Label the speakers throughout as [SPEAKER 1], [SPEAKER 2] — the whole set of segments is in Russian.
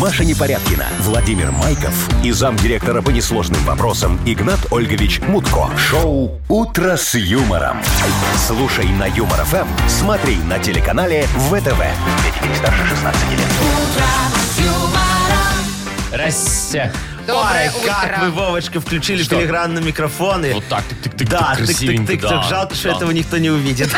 [SPEAKER 1] Маша Непорядкина, Владимир Майков и замдиректора по несложным вопросам Игнат Ольгович Мутко. Шоу «Утро с юмором». Слушай на Юмор ФМ, смотри на телеканале ВТВ. Для детей старше 16 лет.
[SPEAKER 2] Расся.
[SPEAKER 3] Доброе
[SPEAKER 4] Ой, как
[SPEAKER 3] утро.
[SPEAKER 4] вы, Вовочка, включили
[SPEAKER 2] Что?
[SPEAKER 4] филигранные микрофоны.
[SPEAKER 2] Вот так, тык-тык-тык,
[SPEAKER 4] Да,
[SPEAKER 2] красивенько,
[SPEAKER 4] тык-тык-тык.
[SPEAKER 2] да,
[SPEAKER 4] так Жалко, что
[SPEAKER 2] да.
[SPEAKER 4] этого никто не увидит.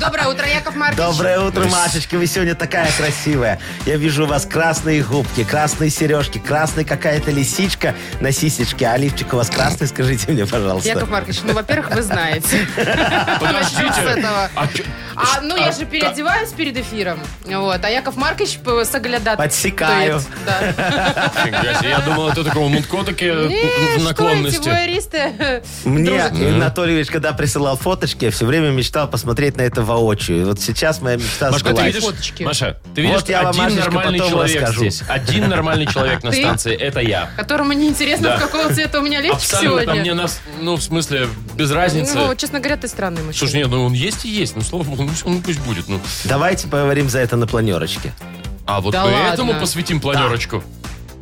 [SPEAKER 3] Доброе утро, Яков Маркович.
[SPEAKER 4] Доброе утро,
[SPEAKER 2] Крас-
[SPEAKER 4] Машечка. Вы сегодня такая красивая. Я вижу у вас красные губки, красные сережки, красная какая-то лисичка на сисечке, а лифчик у вас красный, скажите мне, пожалуйста.
[SPEAKER 3] Яков Маркович, ну, во-первых, вы знаете. Начнем с
[SPEAKER 2] Подождите.
[SPEAKER 3] этого.
[SPEAKER 2] А чё-
[SPEAKER 3] А, ну, я
[SPEAKER 2] а,
[SPEAKER 3] же
[SPEAKER 2] да.
[SPEAKER 3] переодеваюсь перед эфиром. Вот. А Яков Маркович п- соглядатает.
[SPEAKER 4] Подсекаю.
[SPEAKER 3] Да.
[SPEAKER 2] Фига себе, Я думал, это такого мутко
[SPEAKER 3] Э,
[SPEAKER 2] такие
[SPEAKER 3] что эти
[SPEAKER 2] наклонности.
[SPEAKER 3] воеристы?
[SPEAKER 4] Мне
[SPEAKER 3] дружат.
[SPEAKER 4] Анатольевич, когда присылал фоточки, я все время мечтал посмотреть на это воочию. И Вот сейчас моя мечта
[SPEAKER 2] Машка, ты
[SPEAKER 4] сбылась.
[SPEAKER 2] видишь,
[SPEAKER 3] Фоточки.
[SPEAKER 2] Маша, ты видишь,
[SPEAKER 4] Вот я вам,
[SPEAKER 2] один
[SPEAKER 4] Машечка,
[SPEAKER 2] нормальный
[SPEAKER 4] потом
[SPEAKER 2] человек
[SPEAKER 4] расскажу.
[SPEAKER 2] здесь. Один нормальный человек на
[SPEAKER 3] Ты?
[SPEAKER 2] станции, это я.
[SPEAKER 3] Которому неинтересно,
[SPEAKER 2] Да.
[SPEAKER 3] в какого цвета у меня лифчик
[SPEAKER 2] Абсолютно
[SPEAKER 3] сегодня.
[SPEAKER 2] мне нас, ну, в смысле, без
[SPEAKER 3] Ну,
[SPEAKER 2] разницы.
[SPEAKER 3] честно говоря, ты странный мужчина.
[SPEAKER 2] Слушай, нет, ну он есть и есть, ну, слава богу, ну, всё, ну, пусть будет, ну.
[SPEAKER 4] Давайте поговорим за это на планерочке.
[SPEAKER 2] А вот
[SPEAKER 3] Да
[SPEAKER 2] поэтому
[SPEAKER 3] ладно.
[SPEAKER 2] посвятим планерочку.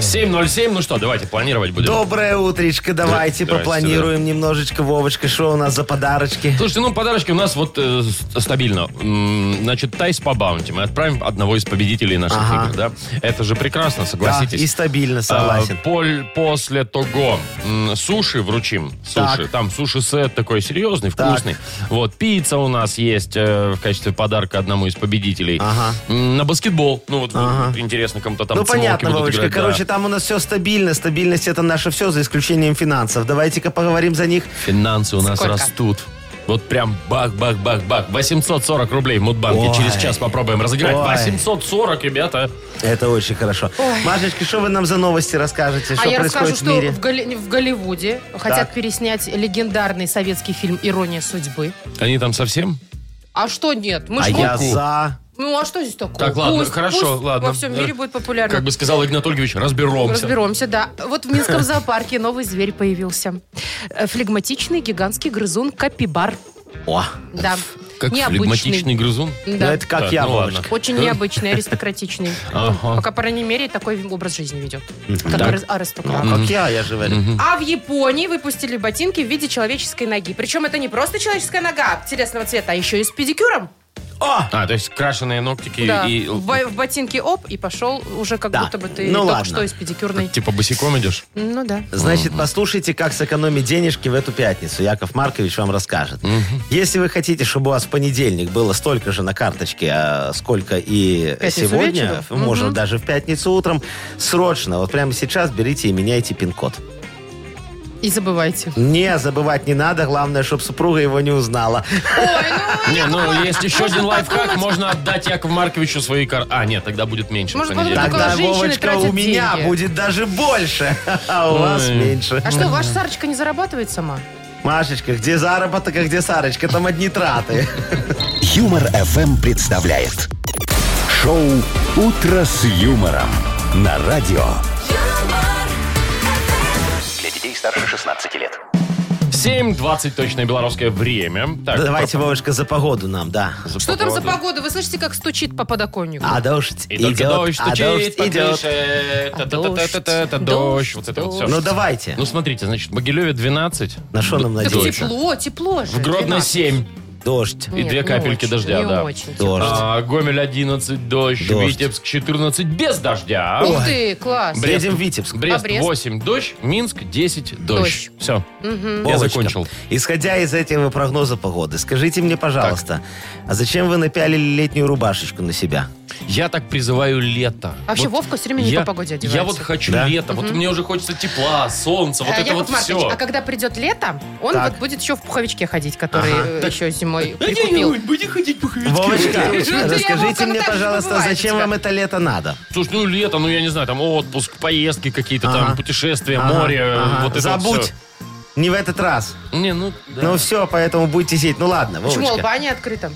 [SPEAKER 2] 7.07, ну что, давайте планировать будем.
[SPEAKER 4] Доброе утречко, давайте
[SPEAKER 2] Здрасте,
[SPEAKER 4] попланируем немножечко, Вовочка, что у нас за подарочки?
[SPEAKER 2] Слушайте, ну подарочки у нас вот э, с- стабильно. М, Значит, тайс по баунти. Мы отправим одного из победителей наших
[SPEAKER 4] Ага.
[SPEAKER 2] игр, да? Это же прекрасно,
[SPEAKER 4] Да, и
[SPEAKER 2] согласитесь.
[SPEAKER 4] стабильно, согласен.
[SPEAKER 2] А, поль- после того м, суши вручим. Суши.
[SPEAKER 4] Так.
[SPEAKER 2] Там суши-сет такой серьезный,
[SPEAKER 4] Так.
[SPEAKER 2] вкусный. Вот, пицца у нас есть э, в качестве подарка одному из победителей.
[SPEAKER 4] Ага.
[SPEAKER 2] М, На баскетбол. Ну вот
[SPEAKER 4] Ага.
[SPEAKER 2] интересно, кому-то там
[SPEAKER 4] ну,
[SPEAKER 2] цимолки
[SPEAKER 4] понятно,
[SPEAKER 2] будут
[SPEAKER 4] Вовочка.
[SPEAKER 2] играть, да.
[SPEAKER 4] Короче, там у нас все стабильно. Стабильность это наше все, за исключением финансов. Давайте-ка поговорим за них.
[SPEAKER 2] Финансы у нас
[SPEAKER 3] Сколько?
[SPEAKER 2] растут. Вот прям бах-бах-бах-бах. 840 рублей в Мудбанке.
[SPEAKER 4] Ой.
[SPEAKER 2] Через час попробуем разыграть.
[SPEAKER 4] Ой.
[SPEAKER 2] 840, ребята.
[SPEAKER 4] Это очень хорошо. Машечка, что вы нам за новости расскажете?
[SPEAKER 3] А
[SPEAKER 4] что
[SPEAKER 3] я
[SPEAKER 4] происходит
[SPEAKER 3] расскажу,
[SPEAKER 4] в
[SPEAKER 3] что
[SPEAKER 4] мире?
[SPEAKER 3] в, Голли- в Голливуде хотят
[SPEAKER 4] Так.
[SPEAKER 3] переснять легендарный советский фильм «Ирония судьбы».
[SPEAKER 2] Они там совсем?
[SPEAKER 3] А что нет? Мы
[SPEAKER 4] А
[SPEAKER 3] ж
[SPEAKER 4] я
[SPEAKER 3] вот-
[SPEAKER 4] за.
[SPEAKER 3] Ну, а что здесь такого?
[SPEAKER 2] Так, ладно,
[SPEAKER 3] Пусть-
[SPEAKER 2] хорошо,
[SPEAKER 3] пусть
[SPEAKER 2] ладно.
[SPEAKER 3] во всем мире
[SPEAKER 2] Э,
[SPEAKER 3] будет популярно.
[SPEAKER 2] Как бы сказал Игнат Ольгович, разберемся.
[SPEAKER 3] Разберемся, да. Вот в Минском зоопарке новый зверь появился. Э, Флегматичный гигантский грызун капибар.
[SPEAKER 4] О,
[SPEAKER 3] Да.
[SPEAKER 2] Как флегматичный грызун.
[SPEAKER 4] ну
[SPEAKER 3] Да.
[SPEAKER 4] это как
[SPEAKER 2] Так,
[SPEAKER 4] я,
[SPEAKER 2] ну ладно.
[SPEAKER 4] Вовочка.
[SPEAKER 3] Очень необычный, аристократичный.
[SPEAKER 2] Ага.
[SPEAKER 3] Пока, по крайней мере, такой образ жизни ведет. Как арис- аристократ.
[SPEAKER 4] А как я, я же говорю.
[SPEAKER 3] А в Японии выпустили ботинки в виде человеческой ноги. Причем это не просто человеческая нога телесного цвета, а еще и с педикюром.
[SPEAKER 4] О,
[SPEAKER 2] А, то есть крашеные ногтики
[SPEAKER 3] Да.
[SPEAKER 2] и...
[SPEAKER 3] В, бо- в ботинке оп, и пошел уже как
[SPEAKER 4] Да.
[SPEAKER 3] будто бы ты
[SPEAKER 4] Ну
[SPEAKER 3] только
[SPEAKER 4] ладно.
[SPEAKER 3] что из педикюрной.
[SPEAKER 2] Типа босиком идешь?
[SPEAKER 3] Ну да.
[SPEAKER 4] Значит, послушайте, как сэкономить денежки в эту пятницу. Яков Маркович вам расскажет. Если вы хотите, чтобы у вас в понедельник было столько же на карточке, а, сколько и
[SPEAKER 3] Пятницу
[SPEAKER 4] сегодня,
[SPEAKER 3] вечером?
[SPEAKER 4] можно
[SPEAKER 3] Мгм.
[SPEAKER 4] даже в пятницу утром, срочно, вот прямо сейчас берите и меняйте пин-код.
[SPEAKER 3] И забывайте.
[SPEAKER 4] Не, забывать не надо. Главное, чтобы супруга его не узнала.
[SPEAKER 2] Не, ну есть еще один лайфхак. Можно отдать Якову Марковичу свои кар... А, нет, тогда будет меньше.
[SPEAKER 3] Может,
[SPEAKER 2] в понедельник.
[SPEAKER 3] подумать,
[SPEAKER 4] Тогда,
[SPEAKER 3] Ну, женщины
[SPEAKER 4] Вовочка,
[SPEAKER 3] тратят
[SPEAKER 4] у меня
[SPEAKER 3] деньги.
[SPEAKER 4] будет даже больше, а у вас
[SPEAKER 2] Ой.
[SPEAKER 4] меньше.
[SPEAKER 3] А что, ваша Сарочка не зарабатывает сама?
[SPEAKER 4] Машечка, где заработок, а где Сарочка? Там одни траты.
[SPEAKER 1] Юмор FM представляет шоу Утро с юмором на радио. Для детей старше 16 лет.
[SPEAKER 2] 7.20 точное белорусское время. Так,
[SPEAKER 4] Давайте, Вовочка, за погоду нам, да.
[SPEAKER 2] про-
[SPEAKER 3] Что там за
[SPEAKER 2] погоду.
[SPEAKER 3] погода? Вы слышите, как стучит по подоконнику?
[SPEAKER 4] А дождь
[SPEAKER 2] И только
[SPEAKER 4] идет,
[SPEAKER 2] дождь
[SPEAKER 4] а
[SPEAKER 2] стучит,
[SPEAKER 4] дождь идет.
[SPEAKER 2] потише,
[SPEAKER 3] А
[SPEAKER 2] та-та-та-та-та-та, дождь,
[SPEAKER 3] дождь, дождь,
[SPEAKER 2] вот это вот
[SPEAKER 3] дождь.
[SPEAKER 2] все.
[SPEAKER 4] Ну давайте.
[SPEAKER 2] Ну смотрите, значит, в Могилеве 12,
[SPEAKER 4] На что нам
[SPEAKER 3] так
[SPEAKER 2] дождь.
[SPEAKER 4] надеяться?
[SPEAKER 3] тепло, тепло же.
[SPEAKER 2] в Гродно
[SPEAKER 3] 12.
[SPEAKER 2] 7,
[SPEAKER 4] Дождь.
[SPEAKER 2] И
[SPEAKER 3] Нет,
[SPEAKER 2] две
[SPEAKER 3] не
[SPEAKER 2] капельки
[SPEAKER 3] очень,
[SPEAKER 2] дождя,
[SPEAKER 3] не
[SPEAKER 2] да.
[SPEAKER 3] очень.
[SPEAKER 4] Дождь.
[SPEAKER 2] а, Гомель 11, дождь,
[SPEAKER 4] Дождь.
[SPEAKER 2] Витебск 14, без дождя.
[SPEAKER 3] Ух ты, класс.
[SPEAKER 2] Брест.
[SPEAKER 4] Едем в Витебск.
[SPEAKER 2] Брест
[SPEAKER 3] А Брест?
[SPEAKER 2] 8, дождь, Минск 10, дождь.
[SPEAKER 3] Дождь.
[SPEAKER 2] Все, я
[SPEAKER 4] Вовочка,
[SPEAKER 2] закончил.
[SPEAKER 4] Исходя из этого прогноза погоды, скажите мне, пожалуйста, а зачем вы напялили летнюю рубашечку на себя?
[SPEAKER 2] Я так призываю лето.
[SPEAKER 3] А Вообще,
[SPEAKER 2] Вот
[SPEAKER 3] Вовка все время не
[SPEAKER 2] я-
[SPEAKER 3] по погоде одевается.
[SPEAKER 2] Я вот хочу
[SPEAKER 4] Да?
[SPEAKER 2] лето, вот мне уже хочется тепла, солнца, вот
[SPEAKER 3] Э,
[SPEAKER 2] это
[SPEAKER 3] Яков
[SPEAKER 2] вот
[SPEAKER 3] Маркович,
[SPEAKER 2] все.
[SPEAKER 3] а когда придет лето, он
[SPEAKER 4] Так.
[SPEAKER 3] вот будет еще в пуховичке ходить, который э, еще зимой прикупил.
[SPEAKER 2] Будем ходить по
[SPEAKER 4] Вовочка,
[SPEAKER 3] я его
[SPEAKER 2] ну
[SPEAKER 4] расскажите
[SPEAKER 3] как
[SPEAKER 4] мне,
[SPEAKER 3] так же
[SPEAKER 4] пожалуйста,
[SPEAKER 3] забываю
[SPEAKER 4] зачем
[SPEAKER 3] тебя.
[SPEAKER 4] вам это лето надо?
[SPEAKER 2] Слушай, ну лето, ну я не знаю, там отпуск, поездки какие-то, там
[SPEAKER 4] Ага.
[SPEAKER 2] путешествия,
[SPEAKER 4] Ага,
[SPEAKER 2] море, э,
[SPEAKER 4] ага.
[SPEAKER 2] вот это
[SPEAKER 4] Забудь.
[SPEAKER 2] всё.
[SPEAKER 4] Не в этот раз.
[SPEAKER 2] Не, ну, да.
[SPEAKER 4] Ну все, поэтому будете сидеть. Ну ладно,
[SPEAKER 3] Почему
[SPEAKER 4] Вовочка.
[SPEAKER 3] Албания открыта?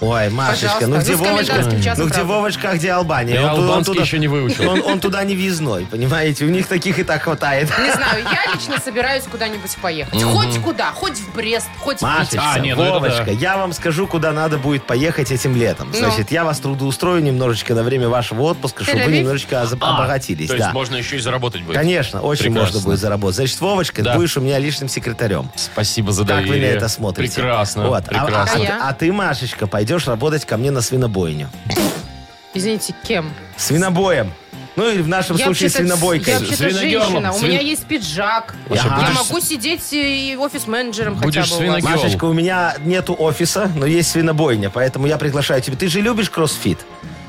[SPEAKER 4] Ой, Машечка,
[SPEAKER 3] Пожалуйста.
[SPEAKER 4] ну где
[SPEAKER 3] Ну, с комендантским
[SPEAKER 4] Вовочка?
[SPEAKER 3] часом,
[SPEAKER 4] Ну где
[SPEAKER 3] правда.
[SPEAKER 4] Вовочка, а где Албания?
[SPEAKER 2] Я
[SPEAKER 4] Он ту- он
[SPEAKER 2] албанский
[SPEAKER 4] туда-
[SPEAKER 2] еще не выучил.
[SPEAKER 4] Он он туда не въездной, понимаете? У них таких и так хватает.
[SPEAKER 3] Не знаю, я лично собираюсь куда-нибудь поехать. Хоть куда, хоть в Брест, хоть в Питер.
[SPEAKER 4] Машечка,
[SPEAKER 2] А, не, ну это
[SPEAKER 4] Вовочка,
[SPEAKER 2] да.
[SPEAKER 4] я вам скажу, куда надо будет поехать этим летом.
[SPEAKER 3] Ну.
[SPEAKER 4] Значит, я вас трудоустрою немножечко на время вашего отпуска, чтобы вы
[SPEAKER 3] Тель-Авив?
[SPEAKER 4] немножечко озаб-
[SPEAKER 2] А,
[SPEAKER 4] обогатились.
[SPEAKER 2] То есть
[SPEAKER 4] да.
[SPEAKER 2] можно еще и заработать будет.
[SPEAKER 4] Конечно, очень
[SPEAKER 2] Прекрасно.
[SPEAKER 4] можно будет заработать. Значит, Вовочка,
[SPEAKER 2] Да.
[SPEAKER 4] будешь у меня личным секретарем.
[SPEAKER 2] Спасибо за
[SPEAKER 4] Как вы на
[SPEAKER 2] доверие.
[SPEAKER 4] это смотрите?
[SPEAKER 2] Прекрасно.
[SPEAKER 4] Вот. А-
[SPEAKER 2] прекрасно.
[SPEAKER 3] А
[SPEAKER 4] А,
[SPEAKER 3] я?
[SPEAKER 4] а ты, Машечка, пойдешь работать ко мне на свинобойню.
[SPEAKER 3] Извините, кем?
[SPEAKER 4] Свинобоем. Ну или в нашем
[SPEAKER 3] Я
[SPEAKER 4] случае
[SPEAKER 3] вообще-то-
[SPEAKER 4] свинобойкой.
[SPEAKER 3] Я вообще-то
[SPEAKER 2] Свиногерлом.
[SPEAKER 3] женщина. У
[SPEAKER 2] Свин-
[SPEAKER 3] меня есть пиджак.
[SPEAKER 4] Маша,
[SPEAKER 3] Я
[SPEAKER 4] будешь-
[SPEAKER 3] могу сидеть э, и офис-менеджером хотя
[SPEAKER 2] Будешь
[SPEAKER 3] бы у вас.
[SPEAKER 2] свиногер-
[SPEAKER 4] Машечка, у меня нету офиса, но есть свинобойня, поэтому я приглашаю тебя. Ты же любишь кроссфит?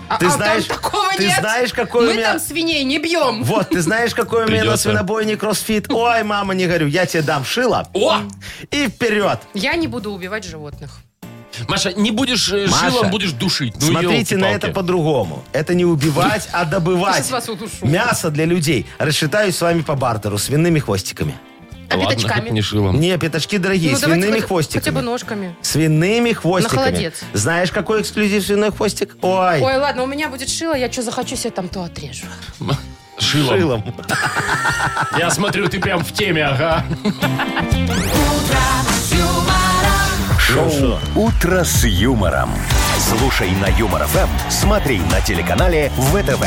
[SPEAKER 3] А-
[SPEAKER 4] Ты
[SPEAKER 3] а
[SPEAKER 4] знаешь,
[SPEAKER 3] там такого
[SPEAKER 4] ты
[SPEAKER 3] нет.
[SPEAKER 4] знаешь, какой
[SPEAKER 3] Мы
[SPEAKER 4] у меня...
[SPEAKER 3] там свиней не бьем.
[SPEAKER 4] Вот, ты знаешь, какой у меня на
[SPEAKER 2] Придется.
[SPEAKER 4] свинобойне кроссфит? Ой, мама, не горю, я тебе дам шило.
[SPEAKER 2] О!
[SPEAKER 4] И вперед!
[SPEAKER 3] Я не буду убивать животных.
[SPEAKER 2] Маша, не будешь э,
[SPEAKER 4] Маша,
[SPEAKER 2] шилом, будешь душить. Ну,
[SPEAKER 4] Смотрите на
[SPEAKER 2] елки-палки.
[SPEAKER 4] это по-другому. Это не убивать, а добывать.
[SPEAKER 3] Сейчас вас удушу.
[SPEAKER 4] Мясо для людей. Расчитаюсь с вами по бартеру, свиными хвостиками.
[SPEAKER 3] А
[SPEAKER 2] Ладно,
[SPEAKER 3] пятачками?
[SPEAKER 2] хоть не шилом.
[SPEAKER 4] Не, пятачки дорогие,
[SPEAKER 3] Ну, давайте
[SPEAKER 4] свиными
[SPEAKER 3] хоть- Хотя бы
[SPEAKER 4] хвостиками.
[SPEAKER 3] ножками.
[SPEAKER 4] Свиными хвостиками.
[SPEAKER 3] холодец.
[SPEAKER 4] Знаешь, какой эксклюзив свиной хвостик? Ой,
[SPEAKER 3] Ой, ладно, у меня будет шило, я что захочу себе там то отрежу.
[SPEAKER 2] шилом.
[SPEAKER 4] шилом.
[SPEAKER 2] Я смотрю, ты прям в теме, ага.
[SPEAKER 1] Шоу «Утро с юмором». Слушай на Юмор ФМ, смотри на телеканале ВТВ.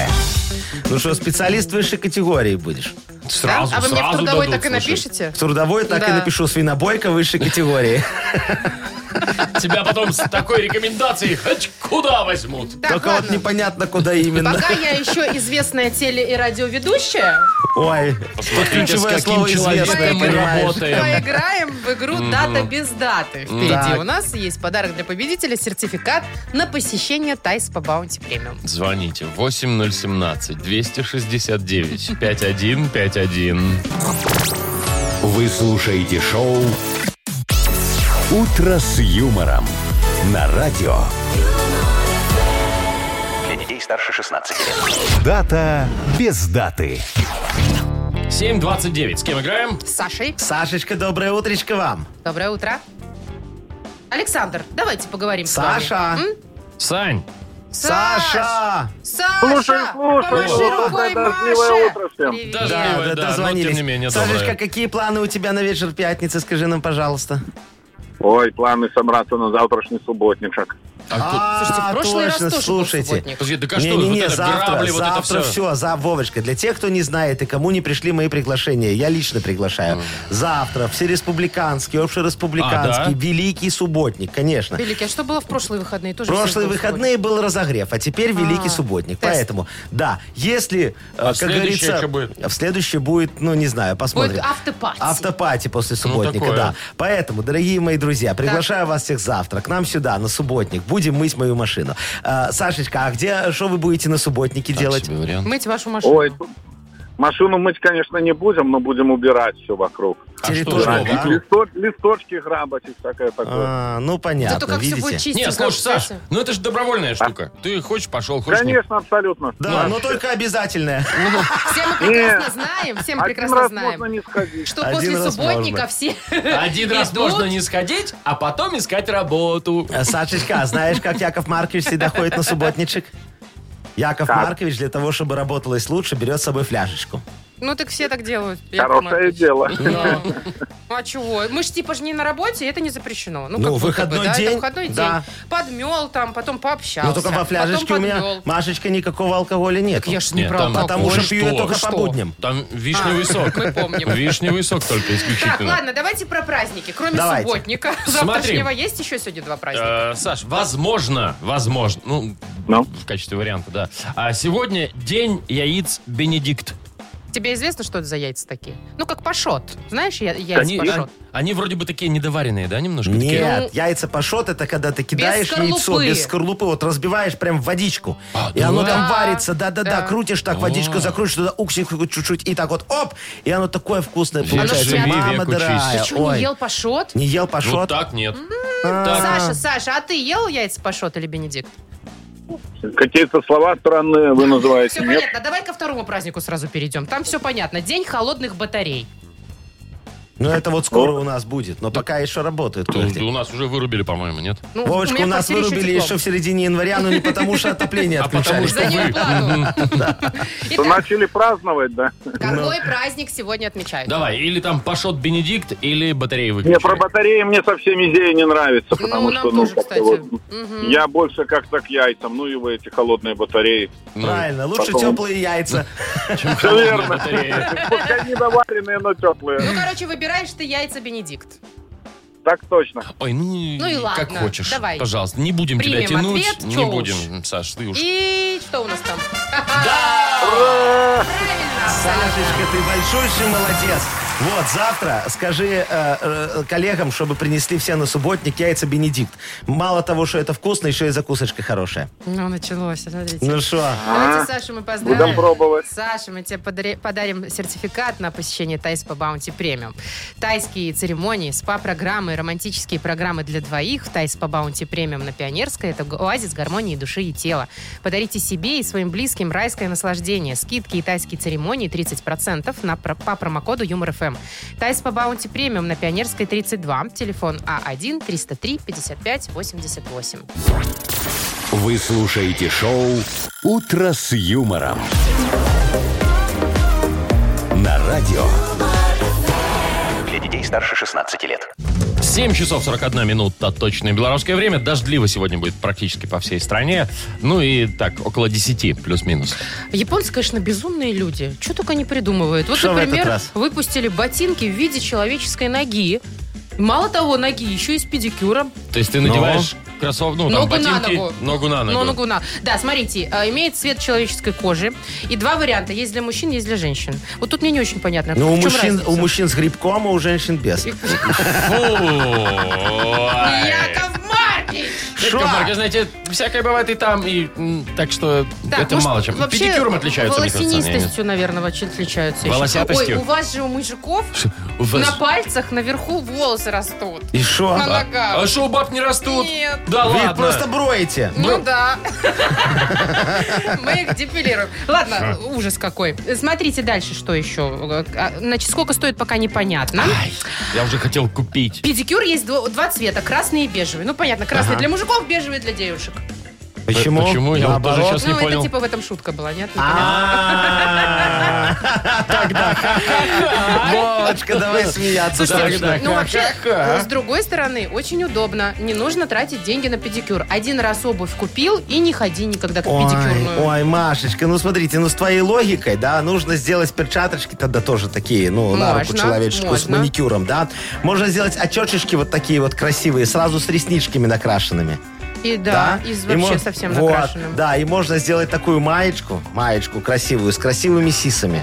[SPEAKER 4] Ну что, специалист высшей категории будешь.
[SPEAKER 2] Сразу,
[SPEAKER 3] а вы мне в
[SPEAKER 2] сразу
[SPEAKER 3] трудовой
[SPEAKER 2] дадут,
[SPEAKER 3] так и
[SPEAKER 2] слушай.
[SPEAKER 3] напишите?
[SPEAKER 4] В трудовой так
[SPEAKER 3] Да.
[SPEAKER 4] и напишу свинобойка высшей категории.
[SPEAKER 2] А Тебя потом с такой рекомендацией хоть куда возьмут.
[SPEAKER 3] Так,
[SPEAKER 4] Только
[SPEAKER 3] ладно.
[SPEAKER 4] вот непонятно, куда именно.
[SPEAKER 3] Пока я еще известная теле- и радиоведущая,
[SPEAKER 4] Ой,
[SPEAKER 2] Посмотрите,
[SPEAKER 4] ключевое
[SPEAKER 2] с каким
[SPEAKER 4] слово
[SPEAKER 2] человеком
[SPEAKER 4] известное,
[SPEAKER 3] мы
[SPEAKER 4] понимаешь?
[SPEAKER 2] работаем. Эм.
[SPEAKER 3] поиграем в игру «Дата без даты». Впереди
[SPEAKER 4] Так.
[SPEAKER 3] у нас есть подарок для победителя, сертификат на посещение Тайс по Баунти Премиум.
[SPEAKER 2] Звоните 8017-269-5151.
[SPEAKER 1] Вы слушаете шоу «Утро с юмором» на радио. Для детей старше 16 лет. Дата без даты.
[SPEAKER 2] 7.29. С кем играем?
[SPEAKER 3] С Сашей,
[SPEAKER 4] Сашечка, доброе утречко вам.
[SPEAKER 3] доброе утро. Александр, давайте поговорим с вами.
[SPEAKER 4] Саша.
[SPEAKER 2] Сань.
[SPEAKER 4] Саша!
[SPEAKER 3] Саша!
[SPEAKER 5] Слушай, слушай.
[SPEAKER 3] Помаши
[SPEAKER 5] Доброе,
[SPEAKER 3] рукой,
[SPEAKER 5] дождливое
[SPEAKER 3] Маше.
[SPEAKER 5] утро всем.
[SPEAKER 3] Привет.
[SPEAKER 2] Да. Счастливая, да, но тем не менее доброе.
[SPEAKER 4] Сашечка, какие планы у тебя на вечер пятницы? Скажи нам, пожалуйста.
[SPEAKER 5] Ой, планы собраться на завтрашний субботничек.
[SPEAKER 2] А
[SPEAKER 3] Слушайте, в
[SPEAKER 4] А,
[SPEAKER 3] прошлый раз
[SPEAKER 4] точно,
[SPEAKER 3] тоже был
[SPEAKER 4] слушайте.
[SPEAKER 2] тут-
[SPEAKER 3] субботник.
[SPEAKER 2] Подожди, да как а что, вот
[SPEAKER 4] Не-не-не,
[SPEAKER 2] это
[SPEAKER 4] завтра,
[SPEAKER 2] грабли, вот это
[SPEAKER 4] завтра
[SPEAKER 2] все.
[SPEAKER 4] все. за, Вовочка, для тех, кто не знает и кому не пришли мои приглашения, я лично приглашаю. Завтра всереспубликанский, общереспубликанский,
[SPEAKER 2] А, да?
[SPEAKER 4] великий субботник, конечно.
[SPEAKER 3] Великий, а что было в прошлые выходные? Тоже
[SPEAKER 4] Прошлые
[SPEAKER 3] всё было
[SPEAKER 4] выходные был разогрев, а теперь Великий Субботник.
[SPEAKER 3] тест.
[SPEAKER 4] Поэтому, да, если, э, как
[SPEAKER 2] А следующее
[SPEAKER 4] говорится,
[SPEAKER 2] что будет?
[SPEAKER 4] в следующее будет, ну, не знаю, посмотрим.
[SPEAKER 3] Будет автопати.
[SPEAKER 4] Автопати после субботника,
[SPEAKER 2] Ну, такое.
[SPEAKER 4] да. Поэтому, дорогие мои друзья, приглашаю вас всех завтра к нам сюда, на субботник. Будем мыть мою машину. Э, Сашечка, а где, что вы будете на субботнике делать?
[SPEAKER 2] себе вариант.
[SPEAKER 3] Мыть вашу машину.
[SPEAKER 5] Ой, тут машину мыть, конечно, не будем, но будем убирать все вокруг.
[SPEAKER 2] А
[SPEAKER 4] Территорию,
[SPEAKER 2] что же,
[SPEAKER 4] да?
[SPEAKER 2] вокруг?
[SPEAKER 5] Листо- листочки грабать и всякое такое.
[SPEAKER 4] А, ну, понятно,
[SPEAKER 3] Зато как все будет
[SPEAKER 4] видите?
[SPEAKER 3] чистенько.
[SPEAKER 2] Не, слушай, Саш,
[SPEAKER 3] знаете.
[SPEAKER 2] ну это же
[SPEAKER 3] А.
[SPEAKER 2] добровольная штука. Ты хочешь, пошел, хочешь, не.
[SPEAKER 5] Конечно, абсолютно.
[SPEAKER 4] Да, но только обязательное.
[SPEAKER 3] Все мы прекрасно знаем, все мы
[SPEAKER 5] Один
[SPEAKER 3] прекрасно
[SPEAKER 5] раз
[SPEAKER 3] знаем,
[SPEAKER 5] А можно не сходить.
[SPEAKER 3] что
[SPEAKER 4] Один
[SPEAKER 3] после
[SPEAKER 4] раз
[SPEAKER 3] субботника
[SPEAKER 4] можно.
[SPEAKER 3] все
[SPEAKER 2] Один раз
[SPEAKER 3] идут.
[SPEAKER 2] можно не сходить, а потом искать работу.
[SPEAKER 4] Э, Сашечка, а знаешь, как Яков Маркович всегда ходит на субботничек? Яков
[SPEAKER 5] Как?
[SPEAKER 4] Маркович для того, чтобы работалось лучше, берет с собой фляжечку.
[SPEAKER 3] Ну так все так делают. Яков
[SPEAKER 5] Хорошее
[SPEAKER 3] Маркович.
[SPEAKER 5] дело.
[SPEAKER 3] Ну, а чего? Мы ж типа ж не на работе, это не запрещено. Ну,
[SPEAKER 4] Ну,
[SPEAKER 3] как будто
[SPEAKER 4] выходной
[SPEAKER 3] бы, да, это
[SPEAKER 4] день,
[SPEAKER 3] выходной день.
[SPEAKER 4] да.
[SPEAKER 3] Подмел там, потом пообщался.
[SPEAKER 4] Но только во фляжечке
[SPEAKER 3] потом
[SPEAKER 4] у меня,
[SPEAKER 3] подмел.
[SPEAKER 4] Машечка, никакого алкоголя нет.
[SPEAKER 3] Я ж не
[SPEAKER 2] Нет,
[SPEAKER 3] про
[SPEAKER 2] там-
[SPEAKER 3] алкоголь.
[SPEAKER 4] Потому
[SPEAKER 2] Ой,
[SPEAKER 4] что
[SPEAKER 2] что?
[SPEAKER 4] пью я только
[SPEAKER 3] Что?
[SPEAKER 4] по будням.
[SPEAKER 2] Там вишневый
[SPEAKER 3] А,
[SPEAKER 2] сок.
[SPEAKER 3] мы помним.
[SPEAKER 2] Вишневый сок только
[SPEAKER 3] Так,
[SPEAKER 2] исключительно.
[SPEAKER 3] ладно, давайте про праздники. Кроме
[SPEAKER 4] Давайте.
[SPEAKER 3] субботника,
[SPEAKER 2] Смотрим.
[SPEAKER 3] завтрашнего есть еще сегодня два праздника.
[SPEAKER 2] Э, Саш, возможно, возможно, ну,
[SPEAKER 5] Ну?
[SPEAKER 2] в качестве варианта, да. А сегодня день яиц Бенедикт.
[SPEAKER 3] Тебе известно, что это за яйца такие? Ну, как пашот. Знаешь, я, яйца
[SPEAKER 2] Они, э,
[SPEAKER 3] пашот?
[SPEAKER 2] они вроде бы такие недоваренные, да, немножко? Такие?
[SPEAKER 4] Нет, яйца пашот, это когда ты кидаешь яйцо
[SPEAKER 3] Ну. скорлупы.
[SPEAKER 4] без скорлупы, вот разбиваешь прям в водичку.
[SPEAKER 2] А,
[SPEAKER 4] и
[SPEAKER 2] да?
[SPEAKER 4] оно там
[SPEAKER 3] Да,
[SPEAKER 4] варится, да-да-да,
[SPEAKER 3] да.
[SPEAKER 4] крутишь так, водичку закрутишь, туда уксик чуть-чуть, и так вот, оп, и оно такое вкусное
[SPEAKER 2] Век
[SPEAKER 4] получается.
[SPEAKER 3] живи,
[SPEAKER 4] Мама
[SPEAKER 2] век учись.
[SPEAKER 4] дорогая,
[SPEAKER 3] Ты что, не
[SPEAKER 4] Э, ой.
[SPEAKER 3] ел пашот?
[SPEAKER 4] Не ел
[SPEAKER 2] Вот
[SPEAKER 4] пашот?
[SPEAKER 2] так нет.
[SPEAKER 3] Саша, Саша, а ты ел яйца пашот или Бенедикт?
[SPEAKER 5] Какие-то слова странные вы называете.
[SPEAKER 3] Все
[SPEAKER 5] Нет?
[SPEAKER 3] понятно. Давай ко второму празднику сразу перейдем. Там все понятно. День холодных батарей.
[SPEAKER 4] Ну, это вот скоро у нас будет, но пока еще работает
[SPEAKER 2] Ну, да
[SPEAKER 4] кое-где.
[SPEAKER 2] у нас уже вырубили, по-моему, нет?
[SPEAKER 3] Ну,
[SPEAKER 4] Вовочка, у
[SPEAKER 3] в
[SPEAKER 4] нас
[SPEAKER 3] квартире
[SPEAKER 4] вырубили
[SPEAKER 3] тепло.
[SPEAKER 4] еще в середине января, но не потому, что отопление
[SPEAKER 2] А потому
[SPEAKER 4] отключали.
[SPEAKER 2] что
[SPEAKER 3] За неуплату.
[SPEAKER 5] Что,
[SPEAKER 3] Итак,
[SPEAKER 5] начали праздновать, да?
[SPEAKER 4] Ну.
[SPEAKER 3] какой праздник сегодня отмечают?
[SPEAKER 2] Давай, или там пашот Бенедикт, или батареи
[SPEAKER 5] Не,
[SPEAKER 2] выключили.
[SPEAKER 5] про батареи мне совсем идея не нравится, потому
[SPEAKER 3] Ну, нам
[SPEAKER 5] что, ну,
[SPEAKER 3] тоже,
[SPEAKER 5] как-то
[SPEAKER 3] кстати.
[SPEAKER 5] вот...
[SPEAKER 3] Мгм.
[SPEAKER 5] Я больше как-то к яйцам, ну и вы эти холодные батареи.
[SPEAKER 2] Ну,
[SPEAKER 4] Правильно, лучше
[SPEAKER 5] потом.
[SPEAKER 4] теплые яйца.
[SPEAKER 5] Все верно.
[SPEAKER 2] батарея.
[SPEAKER 5] Пускай не доваренные, но теплые.
[SPEAKER 3] Ну, короче, выбираешь ты яйца Бенедикт.
[SPEAKER 5] Так точно.
[SPEAKER 2] Ой, ну,
[SPEAKER 3] Ну и ладно,
[SPEAKER 2] как хочешь.
[SPEAKER 3] давай.
[SPEAKER 2] Пожалуйста, не будем тебя
[SPEAKER 3] Примем
[SPEAKER 2] тянуть.
[SPEAKER 3] ответ,
[SPEAKER 2] не
[SPEAKER 3] чё уж.
[SPEAKER 2] будем, Саш, ты уж.
[SPEAKER 3] И что у нас там? Правильно, абсолютно.
[SPEAKER 4] Сашечка, ты большущий молодец. Вот, завтра скажи э, э, коллегам, чтобы принесли все на субботник яйца Бенедикт. Мало того, что это вкусно, еще и закусочка хорошая.
[SPEAKER 3] Ну, началось, смотрите.
[SPEAKER 4] Ну что?
[SPEAKER 5] А,
[SPEAKER 3] Давайте Сашу мы поздравим.
[SPEAKER 5] будем пробовать.
[SPEAKER 3] Саша, мы тебе подари- подарим сертификат на посещение Тайс по Баунти Премиум. Тайские церемонии, спа-программы, романтические программы для двоих в Тайс по Баунти Премиум на Пионерской – это оазис гармонии души и тела. Подарите себе и своим близким райское наслаждение. Скидки и тайские церемонии 30% на, про- по промокоду Юмор ФМ. Тайс по Баунти Премиум на Пионерской 32, телефон А А1-303-55-88.
[SPEAKER 1] Вы слушаете шоу «Утро с юмором». На радио.
[SPEAKER 6] Для детей старше 16 лет.
[SPEAKER 2] 7 часов 41 минута точное белорусское время. Дождливо сегодня будет практически по всей стране. Ну и так, около 10 плюс-минус.
[SPEAKER 3] Японцы, конечно, безумные люди. Что только они придумывают. Вот,
[SPEAKER 4] Что в этот
[SPEAKER 3] например,
[SPEAKER 4] раз?
[SPEAKER 3] выпустили ботинки в виде человеческой ноги. Мало того, ноги еще и с педикюром.
[SPEAKER 2] То есть ты
[SPEAKER 4] Ну.
[SPEAKER 2] надеваешь кроссов, ну, там,
[SPEAKER 3] ногу
[SPEAKER 2] ботинки,
[SPEAKER 3] на ногу.
[SPEAKER 2] ногу на ногу.
[SPEAKER 3] Но ногу на. Да, смотрите, а, имеет цвет человеческой кожи. И два варианта. Есть для мужчин, есть для женщин. Вот тут мне не очень понятно.
[SPEAKER 4] Ну, у
[SPEAKER 3] в чем
[SPEAKER 4] мужчин,
[SPEAKER 3] разница.
[SPEAKER 4] у мужчин с грибком, а у женщин без.
[SPEAKER 3] Ну,
[SPEAKER 2] Фу. Ай.
[SPEAKER 3] Яков Маркович!
[SPEAKER 2] Яков Маркович, знаете, всякое бывает и там, и м, так что
[SPEAKER 3] Так,
[SPEAKER 2] это
[SPEAKER 3] может,
[SPEAKER 2] мало чем.
[SPEAKER 3] вообще
[SPEAKER 2] Педикюром отличаются, мне кажется, они.
[SPEAKER 3] Волосинистостью, наверное, очень отличаются. еще.
[SPEAKER 2] Волосятостью?
[SPEAKER 3] Ой, у вас же у мужиков
[SPEAKER 2] У вас-
[SPEAKER 3] на пальцах наверху волосы растут.
[SPEAKER 4] И шо?
[SPEAKER 3] На ногах.
[SPEAKER 2] А что, у баб не растут?
[SPEAKER 3] Нет.
[SPEAKER 2] Да
[SPEAKER 4] Вы
[SPEAKER 2] ладно.
[SPEAKER 4] их просто броете.
[SPEAKER 3] Ну да. Мы их депилируем. Ладно, ужас какой. Смотрите дальше, что еще. А, Значит, сколько стоит, пока непонятно.
[SPEAKER 2] Ай, я уже хотел купить.
[SPEAKER 3] Педикюр есть дво- два цвета, красный и бежевый. Ну, понятно, красный
[SPEAKER 2] Ага.
[SPEAKER 3] для мужиков, бежевый для девушек.
[SPEAKER 4] Почему?
[SPEAKER 2] Почему? Я вот тоже
[SPEAKER 4] Наоборот.
[SPEAKER 2] сейчас не
[SPEAKER 3] Ну, это
[SPEAKER 2] понял.
[SPEAKER 3] типа в этом шутка была, нет? Ну,
[SPEAKER 4] А, А-а-а. Тогда А, Вовочка, давай смеяться.
[SPEAKER 3] а? Слушайте,
[SPEAKER 4] точно.
[SPEAKER 3] ну вообще,
[SPEAKER 4] Ха-ха.
[SPEAKER 3] с другой стороны, очень удобно. Не нужно тратить деньги на педикюр. Один раз обувь купил и не ходи никогда к
[SPEAKER 4] Ой,
[SPEAKER 3] педикюрную.
[SPEAKER 4] ой, Машечка, ну смотрите, ну с твоей логикой, да, нужно сделать перчаточки тогда тоже такие, ну, на руку
[SPEAKER 3] Можно,
[SPEAKER 4] человеческую с
[SPEAKER 3] можно.
[SPEAKER 4] маникюром, да. Можно сделать очечечки вот такие вот красивые, сразу с ресничками накрашенными.
[SPEAKER 3] И да, из вообще
[SPEAKER 4] мо-
[SPEAKER 3] совсем
[SPEAKER 4] вот,
[SPEAKER 3] накрашенным.
[SPEAKER 4] Да, и можно сделать такую маечку, маечку красивую, с красивыми сисами.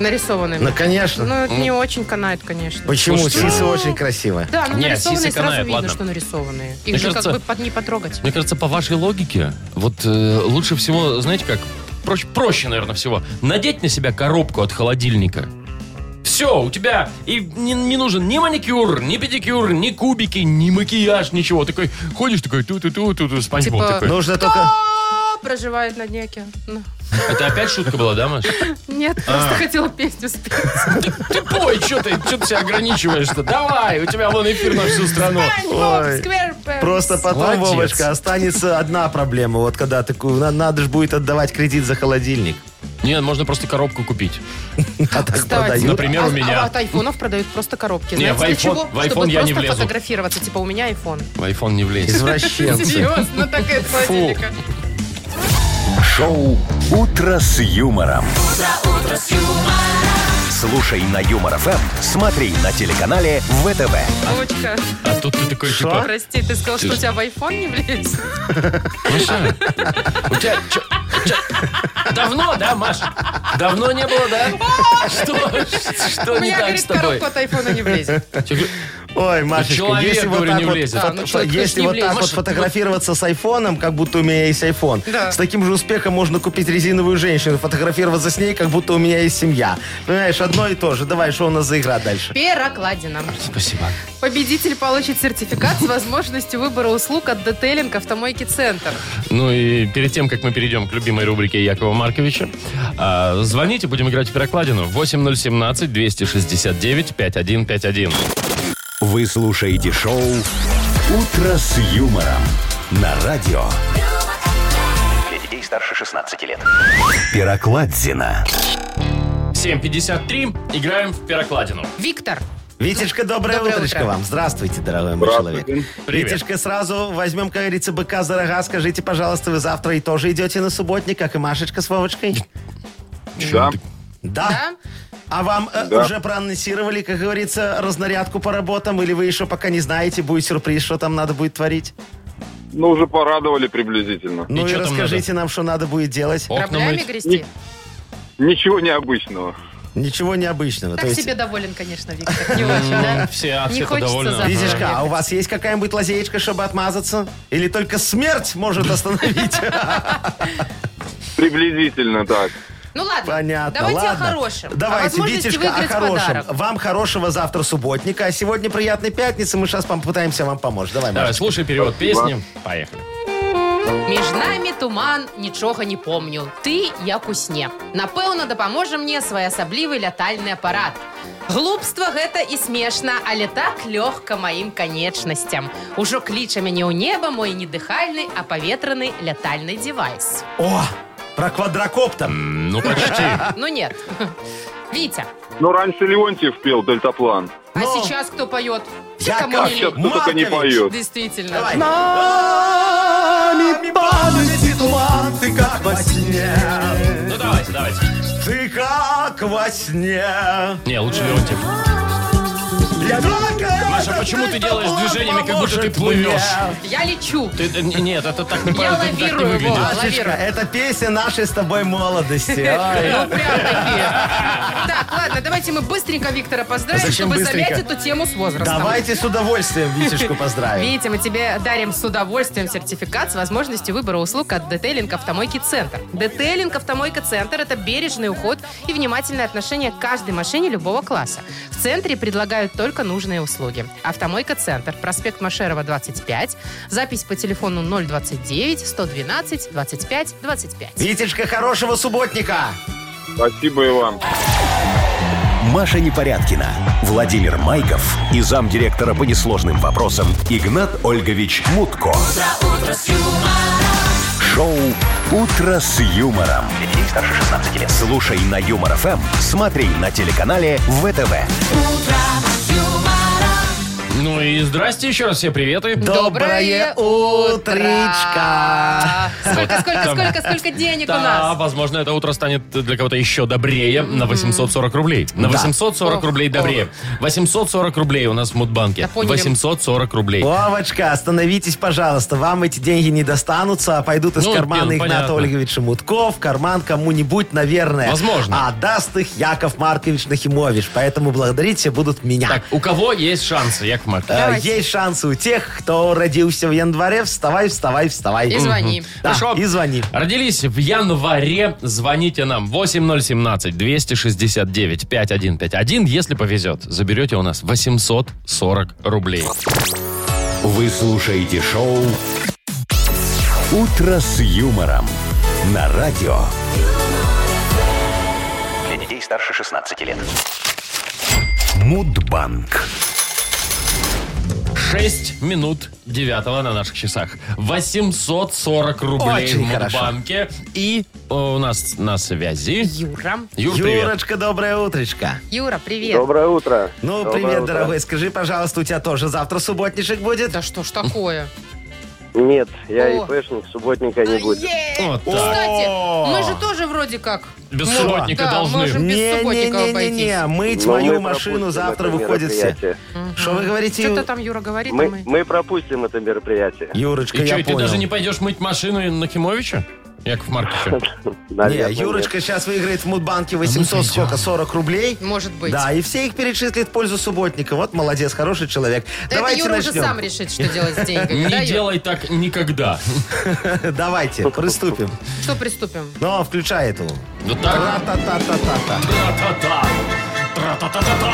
[SPEAKER 3] Нарисованными.
[SPEAKER 4] Ну, конечно.
[SPEAKER 3] Ну, это не очень канает, конечно.
[SPEAKER 4] Почему?
[SPEAKER 2] Слушайте,
[SPEAKER 4] Сисы
[SPEAKER 3] ну,
[SPEAKER 4] очень красивые.
[SPEAKER 3] Да, ну
[SPEAKER 2] Не,
[SPEAKER 3] нарисованные
[SPEAKER 2] сисы
[SPEAKER 3] сразу
[SPEAKER 2] канают,
[SPEAKER 3] видно,
[SPEAKER 2] ладно.
[SPEAKER 3] что нарисованные. Их
[SPEAKER 2] Мне
[SPEAKER 3] же
[SPEAKER 2] кажется-
[SPEAKER 3] как бы под не потрогать.
[SPEAKER 2] Мне кажется, по вашей логике, вот э, лучше всего, знаете как, проще, проще, наверное, всего, надеть на себя коробку от холодильника. Все, у тебя и не, не нужен ни маникюр, ни педикюр, ни кубики, ни макияж, ничего. Такой ходишь, такой ту-ту-ту, ту-ту, спанч Боб
[SPEAKER 3] Типа-
[SPEAKER 2] такой.
[SPEAKER 4] Нужно только...
[SPEAKER 3] А, проживает на днеке. Ну,
[SPEAKER 2] Это опять шутка была, да, Маш?
[SPEAKER 3] Нет,
[SPEAKER 2] А.
[SPEAKER 3] просто хотела песню спеть.
[SPEAKER 2] Ты пой, что ты, что ты себя ограничиваешь-то? Давай, у тебя вон эфир на всю страну.
[SPEAKER 4] Ой. Просто потом,
[SPEAKER 2] Молодец.
[SPEAKER 4] Вовочка, останется одна проблема. Вот когда такую, на- надо же будет отдавать кредит за холодильник.
[SPEAKER 2] Нет, можно просто коробку купить.
[SPEAKER 4] А так продают.
[SPEAKER 2] Например, у меня.
[SPEAKER 3] А от айфонов продают просто коробки.
[SPEAKER 2] Не,
[SPEAKER 3] Знаете,
[SPEAKER 2] в
[SPEAKER 3] для
[SPEAKER 2] iPhone-
[SPEAKER 3] чего?
[SPEAKER 2] в iPhone
[SPEAKER 3] Чтобы
[SPEAKER 2] я не
[SPEAKER 3] просто
[SPEAKER 2] влезу.
[SPEAKER 3] фотографироваться. Типа, у меня айфон.
[SPEAKER 2] В iPhone не влезет.
[SPEAKER 4] Извращенцы.
[SPEAKER 3] Серьезно, такая из холодильника.
[SPEAKER 1] Шоу «Утро с юмором». Слушай на Юмор ФМ, смотри на телеканале ВТВ.
[SPEAKER 3] Очка,
[SPEAKER 2] А тут ты такой,
[SPEAKER 4] Шо?
[SPEAKER 2] типа,
[SPEAKER 3] прости, ты сказал, что у тебя в айфон не влезет?
[SPEAKER 2] Маша, у тебя чё- чё- Давно, да, Маш? Давно не было, да? Что, что
[SPEAKER 3] У
[SPEAKER 2] не
[SPEAKER 3] меня,
[SPEAKER 2] так
[SPEAKER 3] говорит,
[SPEAKER 2] с тобой?
[SPEAKER 3] коробка от айфона не влезет.
[SPEAKER 2] Чё, говорю,
[SPEAKER 4] Ой, Машечка,
[SPEAKER 2] человек,
[SPEAKER 4] если вот
[SPEAKER 2] говорю,
[SPEAKER 4] так
[SPEAKER 2] не
[SPEAKER 4] вот,
[SPEAKER 2] влезет.
[SPEAKER 4] фото-
[SPEAKER 3] Да, ну человек,
[SPEAKER 4] если
[SPEAKER 3] конечно, не
[SPEAKER 4] вот так
[SPEAKER 3] влезет.
[SPEAKER 4] вот
[SPEAKER 2] Маша,
[SPEAKER 4] фотографироваться с айфоном, как будто у меня есть айфон,
[SPEAKER 3] Да.
[SPEAKER 4] с таким же успехом можно купить резиновую женщину, фотографироваться с ней, как будто у меня есть семья. Понимаешь, одно и то же. Давай, что у нас за игра дальше?
[SPEAKER 3] Перокладина.
[SPEAKER 2] Спасибо.
[SPEAKER 3] Победитель получит сертификат с возможностью выбора услуг от детейлинг «Автомойки Центр».
[SPEAKER 2] Ну и перед тем, как мы перейдем к любимой рубрике Якова Марковича, а, звоните, будем играть в перокладину. 8017-269-5151.
[SPEAKER 1] Вы слушаете шоу «Утро с юмором» на радио
[SPEAKER 6] Для детей старше 16 лет.
[SPEAKER 1] Пирокладзина.
[SPEAKER 2] 7.53, играем в перокладину.
[SPEAKER 3] Виктор,
[SPEAKER 4] Витечка, доброе,
[SPEAKER 3] Доброе
[SPEAKER 4] утречко
[SPEAKER 3] утро.
[SPEAKER 4] вам. Здравствуйте, дорогой мой
[SPEAKER 5] Здравствуйте.
[SPEAKER 4] человек.
[SPEAKER 2] Привет.
[SPEAKER 4] Витечка, сразу возьмем, как говорится, быка за рога. Скажите, пожалуйста, вы завтра и тоже идете на субботник, как и Машечка с Вовочкой?
[SPEAKER 5] Да.
[SPEAKER 4] Да. А вам э,
[SPEAKER 5] Да.
[SPEAKER 4] уже проанонсировали, как говорится, разнарядку по работам? Или вы еще пока не знаете, будет сюрприз, что там надо будет творить?
[SPEAKER 5] Ну, уже порадовали приблизительно.
[SPEAKER 4] ну и
[SPEAKER 2] чё там
[SPEAKER 4] расскажите нам, что надо будет делать.
[SPEAKER 2] Окна
[SPEAKER 3] Раблями
[SPEAKER 2] мыть.
[SPEAKER 3] грести?
[SPEAKER 5] Ничего необычного.
[SPEAKER 4] Ничего необычного.
[SPEAKER 3] Так
[SPEAKER 4] То есть,
[SPEAKER 3] себе доволен, конечно, Виктор. Не очень, да?
[SPEAKER 2] Все, от
[SPEAKER 3] Не
[SPEAKER 2] всех
[SPEAKER 3] хочется
[SPEAKER 2] довольны.
[SPEAKER 3] завтра.
[SPEAKER 2] Ага.
[SPEAKER 4] Витяшка, а у вас есть какая-нибудь лазеечка, чтобы отмазаться? Или только смерть может остановить?
[SPEAKER 5] Приблизительно так.
[SPEAKER 3] Ну ладно,
[SPEAKER 4] Понятно,
[SPEAKER 3] давайте
[SPEAKER 4] ладно.
[SPEAKER 3] о хорошем. о
[SPEAKER 4] Давайте,
[SPEAKER 3] возможности
[SPEAKER 4] Витяшка, о
[SPEAKER 3] выиграть
[SPEAKER 4] хорошем.
[SPEAKER 3] подарок.
[SPEAKER 4] Вам хорошего завтра субботника, а сегодня приятной пятницы. Мы сейчас попытаемся вам помочь. Давай,
[SPEAKER 2] Давай,
[SPEAKER 4] Маша.
[SPEAKER 2] слушай перевод песни. Поехали.
[SPEAKER 3] Між нами туман, нічого не помню. Ти як у сне. Напевно, дапаможа мне своеасаблівы лятальны апарат. Глупство гэта і смешна, але так лёгка маім канечнасцям. Ужо кліча мяне ў неба мой недыхальны, а паветраны лятальны девайс.
[SPEAKER 4] О, про квадрокоптер.
[SPEAKER 2] М, Ну, почти.
[SPEAKER 3] Ну нет. Витя,
[SPEAKER 5] Но Ну, раньше Леонтьев пел «Дельтаплан».
[SPEAKER 3] а
[SPEAKER 4] Ну,
[SPEAKER 3] сейчас кто поет? Все
[SPEAKER 4] Яков
[SPEAKER 3] кому не
[SPEAKER 5] Сейчас
[SPEAKER 3] лень.
[SPEAKER 5] кто только не
[SPEAKER 4] Маркович,
[SPEAKER 5] поет.
[SPEAKER 3] Действительно.
[SPEAKER 4] Давай.
[SPEAKER 7] Нами падает туман, ты как во сне.
[SPEAKER 2] Ну, давайте, давайте.
[SPEAKER 4] Ты как во сне.
[SPEAKER 2] Не, лучше Леонтьев.
[SPEAKER 4] Я только
[SPEAKER 2] Маша,
[SPEAKER 4] этот
[SPEAKER 2] почему ты делаешь
[SPEAKER 4] дельтаплан
[SPEAKER 2] движениями, как будто ты
[SPEAKER 4] поможет
[SPEAKER 2] плывешь?
[SPEAKER 4] мне.
[SPEAKER 3] Я лечу.
[SPEAKER 2] Ты, э, н- нет, это так не
[SPEAKER 3] Я
[SPEAKER 2] правильно, это так не
[SPEAKER 3] лавирую,
[SPEAKER 2] выглядит.
[SPEAKER 3] Вова.
[SPEAKER 4] Машечка,
[SPEAKER 3] Лавирует.
[SPEAKER 4] это песня нашей с тобой молодости. Ой.
[SPEAKER 3] Ну, прям такие. Так, ладно, давайте мы быстренько Виктора поздравим,
[SPEAKER 4] Зачем
[SPEAKER 3] чтобы
[SPEAKER 4] быстренько?
[SPEAKER 3] замять эту тему с возрастом.
[SPEAKER 4] Давайте с удовольствием Витюшку поздравим.
[SPEAKER 3] Видите, мы тебе дарим с удовольствием сертификат с возможностью выбора услуг от Детейлинг Автомойки Центр. Детейлинг Автомойка Центр – это бережный уход и внимательное отношение к каждой машине любого класса. В центре предлагают только нужные услуги. Автомойка Центр, проспект Машерова, 25, запись по телефону 029 112 25 25.
[SPEAKER 4] Витечка, хорошего субботника.
[SPEAKER 5] Спасибо и вам.
[SPEAKER 1] Маша Непорядкина, Владимир Майков и замдиректора по несложным вопросам Игнат Ольгович Мутко. Шоу «Утро с юмором».
[SPEAKER 6] Для детей старше 16 лет.
[SPEAKER 1] Слушай на Юмор ФМ, смотри на телеканале ВТВ.
[SPEAKER 2] Ну и здрасте еще раз, все приветы.
[SPEAKER 3] Доброе
[SPEAKER 4] утречко.
[SPEAKER 3] Сколько, сколько, сколько, сколько денег у
[SPEAKER 2] Да,
[SPEAKER 3] нас?
[SPEAKER 2] возможно, это утро станет для кого-то еще добрее на 840 рублей. На 840
[SPEAKER 3] Ох,
[SPEAKER 2] рублей
[SPEAKER 3] ох.
[SPEAKER 2] добрее. 840 рублей у нас в Мудбанке.
[SPEAKER 3] Да поняли.
[SPEAKER 2] 840 рублей.
[SPEAKER 4] Вовочка, остановитесь, пожалуйста. Вам эти деньги не достанутся, а пойдут из
[SPEAKER 2] Ну,
[SPEAKER 4] кармана
[SPEAKER 2] блин,
[SPEAKER 4] Игната
[SPEAKER 2] понятно.
[SPEAKER 4] Ольговича Мутко в карман кому-нибудь, наверное.
[SPEAKER 2] Возможно.
[SPEAKER 4] А даст их Яков Маркович Нахимович. Поэтому благодарить все будут меня.
[SPEAKER 2] Так, у кого есть шансы, Яков Маркович?
[SPEAKER 4] Э,
[SPEAKER 3] давайте.
[SPEAKER 4] Есть шансы у тех, кто родился в январе. Вставай, вставай, вставай.
[SPEAKER 3] И звони.
[SPEAKER 4] Да, и звони.
[SPEAKER 2] Родились в январе, звоните нам 8017-269-5151. Если повезет, заберете у нас 840 рублей.
[SPEAKER 1] Вы слушаете шоу «Утро с юмором» на радио.
[SPEAKER 6] Для детей старше 16 лет.
[SPEAKER 1] Мудбанк.
[SPEAKER 2] 6 минут 9 на наших часах. 840 рублей
[SPEAKER 4] Очень
[SPEAKER 2] в
[SPEAKER 4] хорошо.
[SPEAKER 2] Мудбанке. И э, у нас на связи...
[SPEAKER 3] Юра.
[SPEAKER 2] Юр, привет.
[SPEAKER 4] Юрочка, доброе утречко.
[SPEAKER 3] Юра, привет.
[SPEAKER 5] Доброе утро.
[SPEAKER 4] Ну,
[SPEAKER 5] Доброе
[SPEAKER 4] привет,
[SPEAKER 5] утро.
[SPEAKER 4] дорогой. Скажи, пожалуйста, у тебя тоже завтра субботничек будет?
[SPEAKER 3] Да что ж такое?
[SPEAKER 8] Нет, я
[SPEAKER 3] О.
[SPEAKER 8] ИПшник, субботника не будет.
[SPEAKER 3] Е!
[SPEAKER 2] Вот так.
[SPEAKER 3] Кстати,
[SPEAKER 4] О!
[SPEAKER 3] мы же тоже вроде как.
[SPEAKER 2] Без субботника
[SPEAKER 3] Да,
[SPEAKER 2] должны.
[SPEAKER 3] можем. без субботника
[SPEAKER 4] Не-не-не-не,
[SPEAKER 3] обойтись.
[SPEAKER 4] мыть
[SPEAKER 8] Но
[SPEAKER 4] мою
[SPEAKER 8] Ну, мы
[SPEAKER 4] машину
[SPEAKER 8] пропустим
[SPEAKER 4] завтра
[SPEAKER 8] это
[SPEAKER 4] выходят все.
[SPEAKER 8] мероприятие.
[SPEAKER 4] Что вы говорите,
[SPEAKER 3] Что-то
[SPEAKER 4] Ю-
[SPEAKER 3] там Юра говорит, а
[SPEAKER 8] Мы,
[SPEAKER 3] мы-
[SPEAKER 8] мы пропустим это мероприятие.
[SPEAKER 4] Юрочка,
[SPEAKER 2] И что,
[SPEAKER 4] я
[SPEAKER 2] и ты даже не
[SPEAKER 4] понял.
[SPEAKER 2] пойдешь мыть машину Нахимовича? Яков Марковича?
[SPEAKER 8] Наверное,
[SPEAKER 4] Не,
[SPEAKER 8] нет.
[SPEAKER 4] Юрочка сейчас выиграет в
[SPEAKER 2] А
[SPEAKER 4] Мудбанке
[SPEAKER 2] ну,
[SPEAKER 4] 800, сколько, 40 рублей?
[SPEAKER 3] Может быть.
[SPEAKER 4] Да, и все их перечислит в пользу субботника. Вот молодец, хороший человек.
[SPEAKER 3] Да
[SPEAKER 4] Давайте
[SPEAKER 3] это Юра
[SPEAKER 4] начнем.
[SPEAKER 3] уже сам решит, что делать с деньгами. да,
[SPEAKER 2] Не
[SPEAKER 3] Юр?
[SPEAKER 2] делай так никогда.
[SPEAKER 4] Давайте, приступим.
[SPEAKER 3] Что приступим?
[SPEAKER 4] Но включай эту.
[SPEAKER 2] Вот так.
[SPEAKER 4] Тра-та-та-та-та-та.
[SPEAKER 2] Тра-та-та. Тра-та-та-та-та.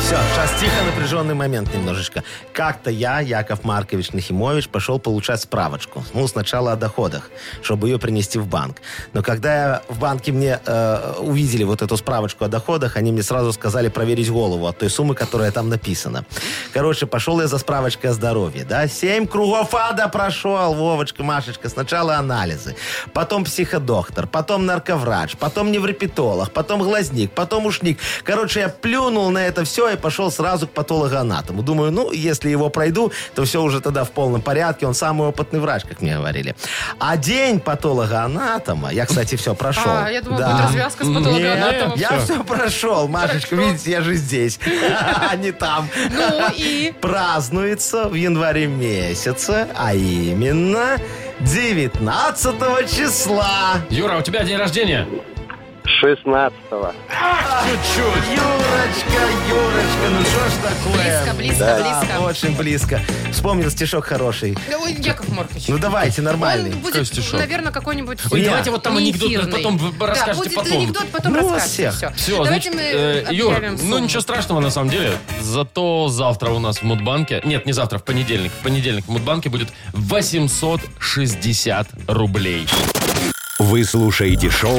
[SPEAKER 4] Все, сейчас тихо, напряженный момент немножечко. Как-то я, Яков Маркович Нахимович, пошел получать справочку. Ну, сначала о доходах, чтобы ее принести в банк. Но когда я в банке мне э, увидели вот эту справочку о доходах, они мне сразу сказали проверить голову от той суммы, которая там написана. Короче, пошел я за справочкой о здоровье. Да, семь кругов ада прошел, Вовочка, Машечка. Сначала анализы, потом психодоктор, потом нарковрач, потом невропитолог, потом глазник, потом ушник. Короче, я плюнул на это все и пошел сразу к патологоанатому. Думаю, ну, если его пройду, то все уже тогда в полном порядке. Он самый опытный врач, как мне говорили. А день патологоанатома, я, кстати, все прошел.
[SPEAKER 3] А, я думала,
[SPEAKER 4] Да.
[SPEAKER 3] будет развязка с а патологоанатомом.
[SPEAKER 4] Я все прошел, Машечка, видите, я же здесь, а не там.
[SPEAKER 3] Ну и?
[SPEAKER 4] Празднуется в январе месяце, а именно 19 числа.
[SPEAKER 2] Юра, у тебя день рождения?
[SPEAKER 8] 16-го.
[SPEAKER 2] Чуть-чуть.
[SPEAKER 4] Юрочка, Юрочка, ну что ж такое?
[SPEAKER 3] Близко, близко,
[SPEAKER 4] Да,
[SPEAKER 3] близко.
[SPEAKER 4] очень близко. Вспомнил стишок хороший.
[SPEAKER 3] Да, ой, Яков Маркович.
[SPEAKER 4] Ну давайте, нормальный.
[SPEAKER 3] Он будет,
[SPEAKER 2] Какой стишок?
[SPEAKER 3] наверное, какой-нибудь...
[SPEAKER 2] Ой,
[SPEAKER 3] э,
[SPEAKER 2] давайте вот там анекдот
[SPEAKER 3] неэфирный.
[SPEAKER 2] потом вы
[SPEAKER 3] Да,
[SPEAKER 2] расскажете
[SPEAKER 3] будет
[SPEAKER 2] потом.
[SPEAKER 3] анекдот, потом
[SPEAKER 4] Ну, вас
[SPEAKER 3] расскажете.
[SPEAKER 4] всех.
[SPEAKER 3] Все.
[SPEAKER 2] Все,
[SPEAKER 3] Давайте
[SPEAKER 2] значит, э,
[SPEAKER 3] мы
[SPEAKER 2] Юр,
[SPEAKER 3] объявим
[SPEAKER 2] ну
[SPEAKER 3] сумму.
[SPEAKER 2] ничего страшного на самом деле. Зато завтра у нас в Мудбанке, нет, не завтра, в понедельник, в понедельник в Мудбанке будет 860 рублей.
[SPEAKER 1] Вы слушаете шоу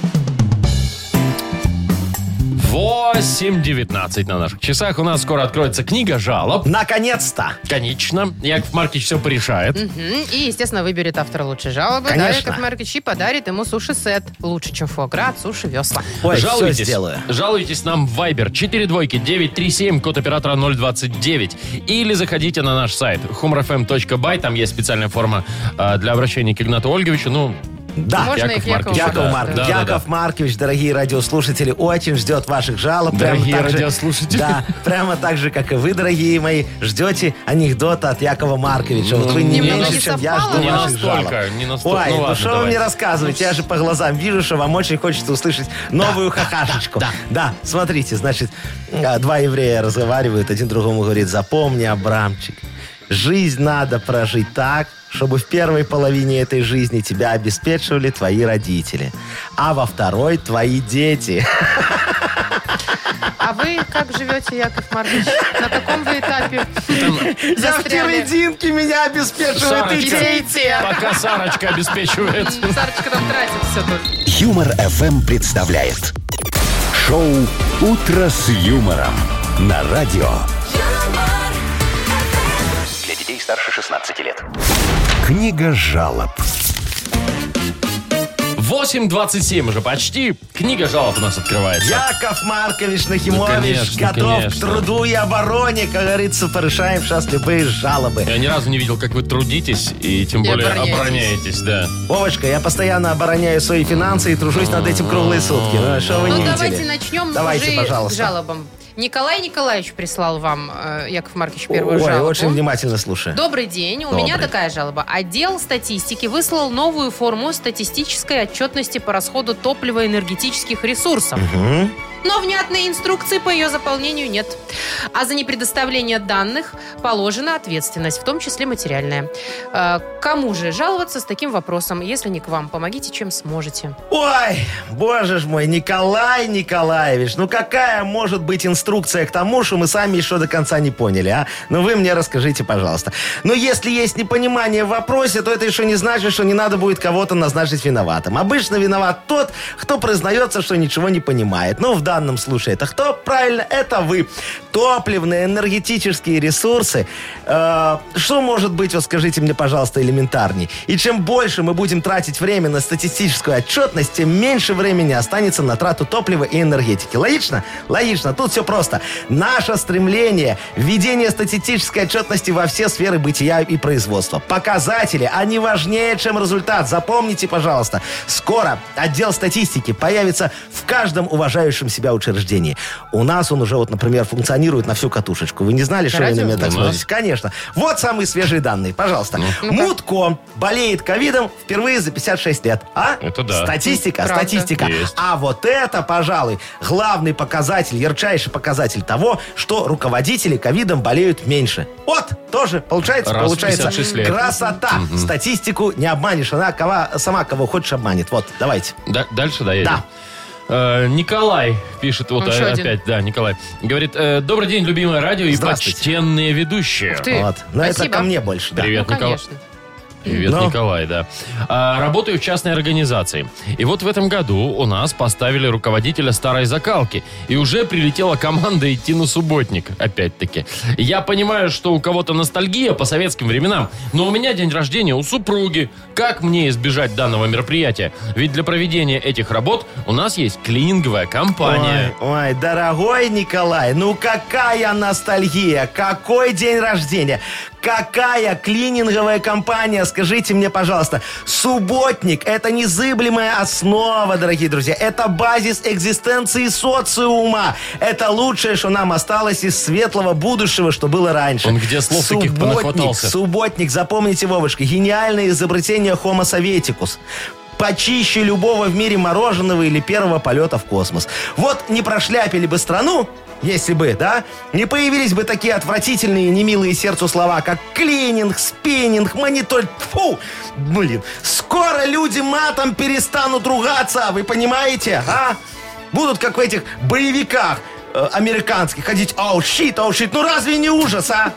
[SPEAKER 2] 8.19 на наших часах. У нас скоро откроется книга жалоб.
[SPEAKER 4] Наконец-то!
[SPEAKER 2] Конечно, Яков Маркич все порешает.
[SPEAKER 3] Мгм. И, естественно, выберет автор лучшей жалобы. да,
[SPEAKER 4] Конечно.
[SPEAKER 3] Яков Маркович, и подарит ему суши-сет. Лучше, чем фуагра от суши-весла.
[SPEAKER 4] Ой, все
[SPEAKER 2] жалуйтесь,
[SPEAKER 4] сделаю.
[SPEAKER 2] жалуйтесь нам в Viber 42937, код оператора 029. Или заходите на наш сайт humorfm.by, там есть специальная форма э, для обращения к Игнату Ольговичу. Ну,
[SPEAKER 4] Да.
[SPEAKER 3] Можно
[SPEAKER 2] Яков
[SPEAKER 3] их Якову?
[SPEAKER 2] Маркович,
[SPEAKER 4] Яков,
[SPEAKER 2] да.
[SPEAKER 4] Марк-
[SPEAKER 2] Да, да,
[SPEAKER 4] Яков Маркович, дорогие радиослушатели, очень ждет ваших жалоб. Прямо
[SPEAKER 2] Дорогие
[SPEAKER 4] так же-
[SPEAKER 2] радиослушатели.
[SPEAKER 4] да, прямо так же, как и вы, дорогие мои, ждете анекдота от Якова Марковича. Вот вы не
[SPEAKER 3] немного
[SPEAKER 4] меньше,
[SPEAKER 3] не
[SPEAKER 4] чем я
[SPEAKER 3] совпало.
[SPEAKER 4] жду
[SPEAKER 2] Не
[SPEAKER 4] ваших
[SPEAKER 2] настолько,
[SPEAKER 4] жалоб.
[SPEAKER 2] не настолько.
[SPEAKER 4] Ой,
[SPEAKER 2] Ну
[SPEAKER 4] ну
[SPEAKER 2] ладно,
[SPEAKER 4] что вы
[SPEAKER 2] давай.
[SPEAKER 4] мне рассказываете? Я же по глазам вижу, что вам очень хочется услышать новую хахашечку. Да, смотрите, значит, а, два еврея разговаривают, один другому говорит, запомни, Абрамчик, жизнь надо прожить так, чтобы в первой половине этой жизни тебя обеспечивали твои родители, а во второй твои дети.
[SPEAKER 3] А вы как живете, Яков Маркович? На каком вы этапе?
[SPEAKER 4] Я в
[SPEAKER 3] Застряли.
[SPEAKER 4] серединке, меня обеспечивают и
[SPEAKER 2] Сарочка.
[SPEAKER 4] те,
[SPEAKER 3] И те.
[SPEAKER 2] Пока Сарочка обеспечивает.
[SPEAKER 3] М, Сарочка там тратит все тут.
[SPEAKER 1] Юмор FM представляет шоу Утро с юмором на радио.
[SPEAKER 9] юмор,
[SPEAKER 6] Для детей старше 16 лет.
[SPEAKER 1] Книга жалоб.
[SPEAKER 2] 8.27 уже почти. Книга жалоб у нас открывается.
[SPEAKER 4] Яков Маркович
[SPEAKER 2] Ну,
[SPEAKER 4] Нахимович
[SPEAKER 2] конечно,
[SPEAKER 4] готов
[SPEAKER 2] конечно.
[SPEAKER 4] к труду и обороне, как говорится, порешаем сейчас любые жалобы.
[SPEAKER 2] Я ни разу не видел, как вы трудитесь и тем
[SPEAKER 3] И
[SPEAKER 2] более
[SPEAKER 3] обороняетесь.
[SPEAKER 2] обороняетесь, да.
[SPEAKER 4] Вовочка, я постоянно обороняю свои финансы и тружусь над этим круглые сутки. Ну, а что вы не
[SPEAKER 3] Ну,
[SPEAKER 4] видели?
[SPEAKER 3] давайте начнем
[SPEAKER 4] Давайте,
[SPEAKER 3] уже к
[SPEAKER 4] пожалуйста.
[SPEAKER 3] жалобам. Николай Николаевич прислал вам, э, Яков Маркович, первую
[SPEAKER 4] Ой,
[SPEAKER 3] жалобу.
[SPEAKER 4] очень внимательно слушаю.
[SPEAKER 3] Добрый день. У
[SPEAKER 4] Добрый.
[SPEAKER 3] меня такая жалоба. Отдел статистики выслал новую форму статистической отчетности по расходу топлива и энергетических ресурсов.
[SPEAKER 4] Мгм.
[SPEAKER 3] Но внятной инструкции по ее заполнению нет. А за непредоставление данных положена ответственность, в том числе материальная. Э, Кому же жаловаться с таким вопросом? Если не к вам, помогите, чем сможете.
[SPEAKER 4] Ой, боже ж мой, Николай Николаевич, ну какая может быть инструкция к тому, что мы сами еще до конца не поняли, а? Ну вы мне расскажите, пожалуйста. Но если есть непонимание в вопросе, то это еще не значит, что не надо будет кого-то назначить виноватым. Обычно виноват тот, кто признается, что ничего не понимает. Ну, в данном случае это кто? Правильно, это вы. Топливные, энергетические ресурсы. Э, что может быть, вот скажите мне, пожалуйста, элементарней? И чем больше мы будем тратить время на статистическую отчетность, тем меньше времени останется на трату топлива и энергетики. Логично? Логично. Тут все просто. Наше стремление – введение статистической отчетности во все сферы бытия и производства. Показатели, они важнее, чем результат. Запомните, пожалуйста, скоро отдел статистики появится в каждом уважающем себя себя учреждении. У нас он уже, вот, например, функционирует на всю катушечку. Вы не знали, что вы на
[SPEAKER 3] радио?
[SPEAKER 4] меня так
[SPEAKER 2] Ну.
[SPEAKER 4] смотрите? Конечно. Вот самые свежие данные. Пожалуйста. Мутко болеет ковидом впервые за 56 лет. А?
[SPEAKER 2] Это да.
[SPEAKER 4] Статистика,
[SPEAKER 3] Правда.
[SPEAKER 4] статистика.
[SPEAKER 2] Есть.
[SPEAKER 4] А вот это, пожалуй, главный показатель, ярчайший показатель того, что руководители ковидом болеют меньше. Вот, тоже получается,
[SPEAKER 2] Раз в
[SPEAKER 4] получается.
[SPEAKER 2] 56 лет.
[SPEAKER 4] Красота. Статистику не обманешь. Она кого- сама кого хочешь обманет. Вот, давайте.
[SPEAKER 2] Да- дальше доедем.
[SPEAKER 4] Да.
[SPEAKER 2] Э, Николай пишет, вот
[SPEAKER 3] Еще
[SPEAKER 2] э,
[SPEAKER 3] один.
[SPEAKER 2] опять, да, Николай. Говорит, э, добрый день, любимое радио и
[SPEAKER 4] Здравствуйте.
[SPEAKER 2] почтенные ведущие.
[SPEAKER 3] Ух ты.
[SPEAKER 4] Вот. Но это
[SPEAKER 3] Э, Спасибо.
[SPEAKER 4] ко мне больше. да.
[SPEAKER 2] Привет,
[SPEAKER 3] ну,
[SPEAKER 2] Николай.
[SPEAKER 3] конечно.
[SPEAKER 2] Привет,
[SPEAKER 4] Ну.
[SPEAKER 2] Николай, да. А, работаю в частной организации. И вот в этом году у нас поставили руководителя старой закалки. И уже прилетела команда идти на субботник, опять-таки. Я понимаю, что у кого-то ностальгия по советским временам, но у меня день рождения у супруги. Как мне избежать данного мероприятия? Ведь для проведения этих работ у нас есть клининговая компания.
[SPEAKER 4] Ой, ой, дорогой Николай, ну какая ностальгия, какой день рождения, какая клининговая компания, скажите мне, пожалуйста. Субботник – это незыблемая основа, дорогие друзья. Это базис экзистенции социума. Это лучшее, что нам осталось из светлого будущего, что было раньше.
[SPEAKER 2] Он где слов таких понахватался?
[SPEAKER 4] Субботник, запомните, Вовочка, гениальное изобретение Homo советикус. Почище любого в мире мороженого или первого полета в космос. Вот не прошляпили бы страну, если бы, да, не появились бы такие отвратительные, немилые сердцу слова, как клининг, спиннинг, монитор... Фу! Блин, скоро люди матом перестанут ругаться, вы понимаете, а? Будут как в этих боевиках э, американских ходить, оу, щит, оу, щит, ну разве не ужас, а?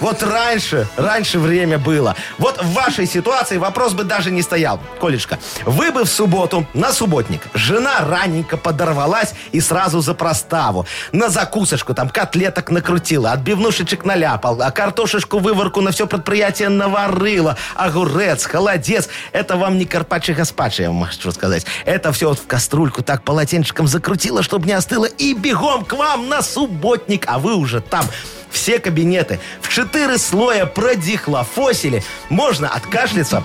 [SPEAKER 4] Вот раньше, раньше время было. Вот в вашей ситуации вопрос бы даже не стоял. Колечка, вы бы в субботу на субботник. Жена раненько подорвалась и сразу за проставу. На закусочку там котлеток накрутила, отбивнушечек наляпал, а картошечку выворку на все предприятие наварила. Огурец, холодец. Это вам не карпаччи гаспачи, я вам хочу сказать. Это все вот в кастрюльку так полотенчиком закрутила, чтобы не остыло. И бегом к вам на субботник, а вы уже там. Все кабинеты в четыре слоя продихлофосили. Можно откашляться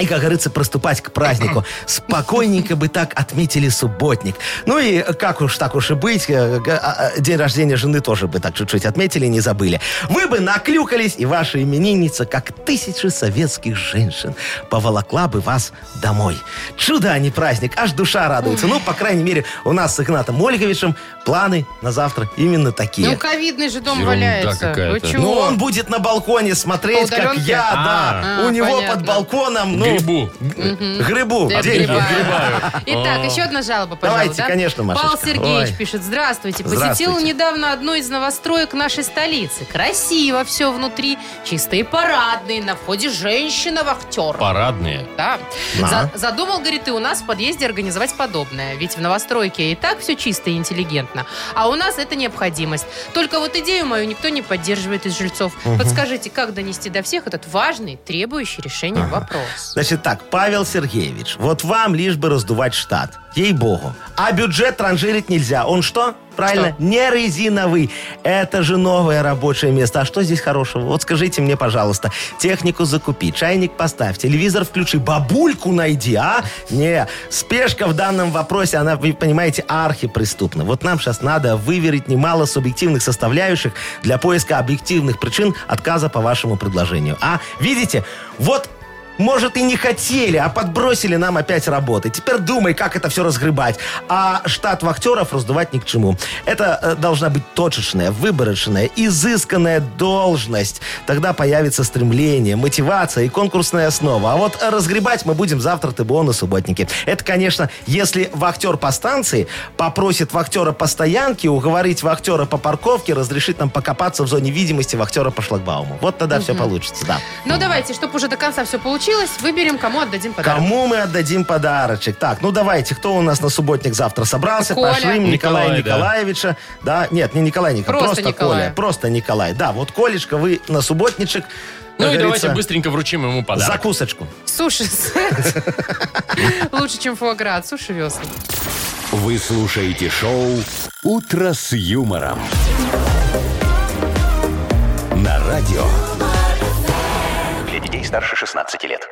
[SPEAKER 4] и, как говорится, проступать к празднику. Спокойненько бы так отметили субботник. Ну и как уж так уж и быть, э, г- а, а, день рождения жены тоже бы так чуть-чуть отметили, не забыли. Вы бы наклюкались, и ваша именинница, как тысячи советских женщин, поволокла бы вас домой. Чудо, а не праздник, аж душа радуется. Ну, по крайней мере, у нас с Игнатом Ольговичем планы на завтра именно такие.
[SPEAKER 3] Ну, ковидный же дом
[SPEAKER 2] Ерунда
[SPEAKER 3] валяется. Вы
[SPEAKER 2] какая-то.
[SPEAKER 3] чего?
[SPEAKER 4] Ну, он будет на балконе смотреть,
[SPEAKER 3] По
[SPEAKER 4] как
[SPEAKER 3] удаленке?
[SPEAKER 4] я, да.
[SPEAKER 3] А,
[SPEAKER 4] у него под
[SPEAKER 3] понятно.
[SPEAKER 4] балконом, ну,
[SPEAKER 2] Грибу.
[SPEAKER 4] грибу,
[SPEAKER 3] Я
[SPEAKER 4] деньги.
[SPEAKER 3] погибаю. Итак, еще одна жалоба, пожалуйста.
[SPEAKER 4] Давайте, конечно, Машечка.
[SPEAKER 3] Павел Сергеевич
[SPEAKER 4] Ой.
[SPEAKER 3] пишет. Здравствуйте. Посетил
[SPEAKER 4] Здравствуйте.
[SPEAKER 3] недавно одну из новостроек нашей столицы. Красиво все внутри. Чистые парадные. На входе женщина-вахтер.
[SPEAKER 2] Парадные.
[SPEAKER 3] Да.
[SPEAKER 4] Да.
[SPEAKER 3] За- задумал, говорит, и у нас в подъезде организовать подобное. Ведь в новостройке и так все чисто и интеллигентно. А у нас это необходимость. Только вот идею мою никто не поддерживает из жильцов. Подскажите, как донести до всех этот важный, требующий решения вопрос?
[SPEAKER 4] Значит так, Павел Сергеевич, вот вам лишь бы раздувать штат. Ей-богу. А бюджет транжирить нельзя. Он что? Правильно, не резиновый. Это же новое рабочее место. А что здесь хорошего? Вот скажите мне, пожалуйста, технику закупи, чайник поставь, телевизор включи, бабульку найди, а? Не, спешка в данном вопросе, она, вы понимаете, архипреступна. Вот нам сейчас надо выверить немало субъективных составляющих для поиска объективных причин отказа по вашему предложению. А, видите, вот может, и не хотели, а подбросили нам опять работы. Теперь думай, как это все разгребать. А штат вахтеров раздувать ни к чему. Это э, должна быть точечная, выборочная, изысканная должность. Тогда появится стремление, мотивация и конкурсная основа. А вот разгребать мы будем завтра ТБО на субботнике. Это, конечно, если вахтер по станции попросит вахтера по стоянке уговорить вахтера по парковке, разрешить нам покопаться в зоне видимости вахтера по шлагбауму. Вот тогда все получится, да.
[SPEAKER 3] Ну, давайте, чтобы уже до конца все получилось, выберем, кому отдадим подарок.
[SPEAKER 4] Кому мы отдадим подарочек? Так, ну давайте, кто у нас на субботник завтра собрался?
[SPEAKER 3] Коля.
[SPEAKER 4] Пошли мне
[SPEAKER 2] Николай,
[SPEAKER 4] Николая
[SPEAKER 2] да.
[SPEAKER 4] Николаевича. Да. нет, не Николай Николаевич,
[SPEAKER 3] Просто
[SPEAKER 4] просто,
[SPEAKER 3] Николай.
[SPEAKER 4] Коля. Просто Николай. Да, вот Колечка, вы на субботничек. как
[SPEAKER 2] Ну и давайте
[SPEAKER 4] говорится,
[SPEAKER 2] быстренько вручим ему подарок.
[SPEAKER 4] Закусочку.
[SPEAKER 3] Суши-сет. Лучше, чем фуагра от суши-весла.
[SPEAKER 1] Вы слушаете шоу «Утро с юмором». На радио
[SPEAKER 6] Для детей старше 16 лет.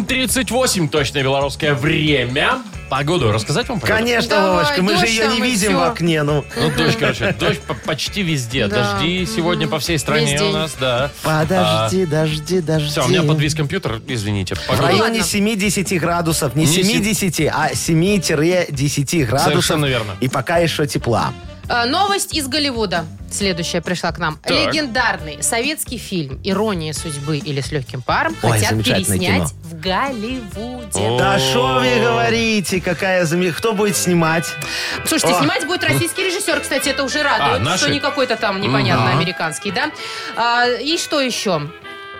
[SPEAKER 2] 8.38 точное белорусское время. Погоду рассказать вам, пожалуйста?
[SPEAKER 4] Конечно,
[SPEAKER 3] Давай,
[SPEAKER 4] Вовочка, мы же
[SPEAKER 3] дождь
[SPEAKER 4] ее
[SPEAKER 3] там
[SPEAKER 4] не
[SPEAKER 3] и
[SPEAKER 4] видим
[SPEAKER 3] всё.
[SPEAKER 4] в окне, ну.
[SPEAKER 2] Ну, дождь, короче, дождь по- почти везде.
[SPEAKER 3] Да.
[SPEAKER 2] Дожди сегодня по всей стране
[SPEAKER 3] Весь
[SPEAKER 2] у
[SPEAKER 3] день.
[SPEAKER 2] нас, да.
[SPEAKER 4] Подожди, дожди, дожди.
[SPEAKER 2] Все, у меня подвис компьютер, извините.
[SPEAKER 4] В
[SPEAKER 2] Погода.
[SPEAKER 4] районе
[SPEAKER 3] Ну ладно.
[SPEAKER 4] 70 градусов. Не
[SPEAKER 2] Не си-
[SPEAKER 4] 70, а 7-10 градусов.
[SPEAKER 2] Совершенно верно.
[SPEAKER 4] И пока еще тепла.
[SPEAKER 3] А, Новость из Голливуда. Следующая пришла к нам.
[SPEAKER 2] Так.
[SPEAKER 3] Легендарный советский фильм «Ирония судьбы» или «С легким паром»
[SPEAKER 4] Ой,
[SPEAKER 3] хотят
[SPEAKER 4] замечательное
[SPEAKER 3] переснять
[SPEAKER 4] кино.
[SPEAKER 3] в Голливуде.
[SPEAKER 2] О.
[SPEAKER 4] Да что вы говорите, какая замечательная. Кто будет снимать?
[SPEAKER 3] Слушайте,
[SPEAKER 4] О.
[SPEAKER 3] снимать будет российский режиссер, кстати, это уже
[SPEAKER 2] А,
[SPEAKER 3] радует,
[SPEAKER 2] наши?
[SPEAKER 3] что не какой-то там непонятно
[SPEAKER 2] Мгм.
[SPEAKER 3] американский, да? А, и что еще?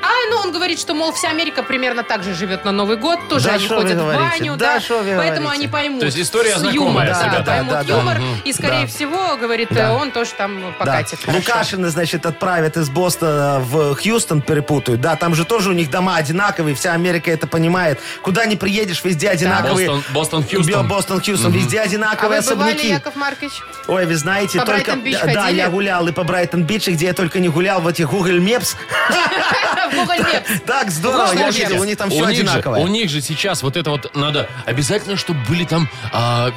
[SPEAKER 3] А, ну он говорит, что, мол, вся Америка примерно так же живет на Новый год, тоже
[SPEAKER 4] Да
[SPEAKER 3] они
[SPEAKER 4] шо вы
[SPEAKER 3] ходят в
[SPEAKER 4] говорите,
[SPEAKER 3] баню,
[SPEAKER 4] да
[SPEAKER 3] да,
[SPEAKER 4] шо вы
[SPEAKER 3] поэтому
[SPEAKER 4] говорите.
[SPEAKER 3] они поймут.
[SPEAKER 2] То есть история
[SPEAKER 3] с
[SPEAKER 2] знакомая,
[SPEAKER 3] юмор, да,
[SPEAKER 4] ребята.
[SPEAKER 3] поймут
[SPEAKER 4] Да, да, да.
[SPEAKER 3] юмор,
[SPEAKER 2] Мгм.
[SPEAKER 3] и, скорее
[SPEAKER 4] Да.
[SPEAKER 3] всего, говорит, э, он тоже там покатит.
[SPEAKER 4] Да.
[SPEAKER 3] хорошо.
[SPEAKER 4] Лукашина, значит, отправят из Бостона в Хьюстон, перепутают. Да, там же тоже у них дома одинаковые, вся Америка это понимает. Куда не приедешь, везде одинаковые.
[SPEAKER 2] Бостон- Бостон,
[SPEAKER 4] Бе-
[SPEAKER 2] Хьюстон.
[SPEAKER 4] Бостон, Хьюстон, везде
[SPEAKER 3] А
[SPEAKER 4] одинаковые
[SPEAKER 3] вы бывали,
[SPEAKER 4] особняки.
[SPEAKER 3] Яков Маркович?
[SPEAKER 4] Ой, вы знаете,
[SPEAKER 3] По
[SPEAKER 4] только...
[SPEAKER 3] Брайтон-Бич
[SPEAKER 4] да,
[SPEAKER 3] ходили?
[SPEAKER 4] я гулял и по Брайтон-Бич, и где я только не гулял, в этих Google Maps.
[SPEAKER 3] В Google Maps.
[SPEAKER 4] Так здорово,
[SPEAKER 3] Google
[SPEAKER 4] я
[SPEAKER 3] Maps.
[SPEAKER 4] видел, у них там
[SPEAKER 2] У
[SPEAKER 4] все
[SPEAKER 2] них же- у
[SPEAKER 4] одинаковое.
[SPEAKER 2] них же сейчас вот это вот надо обязательно, чтобы были там а,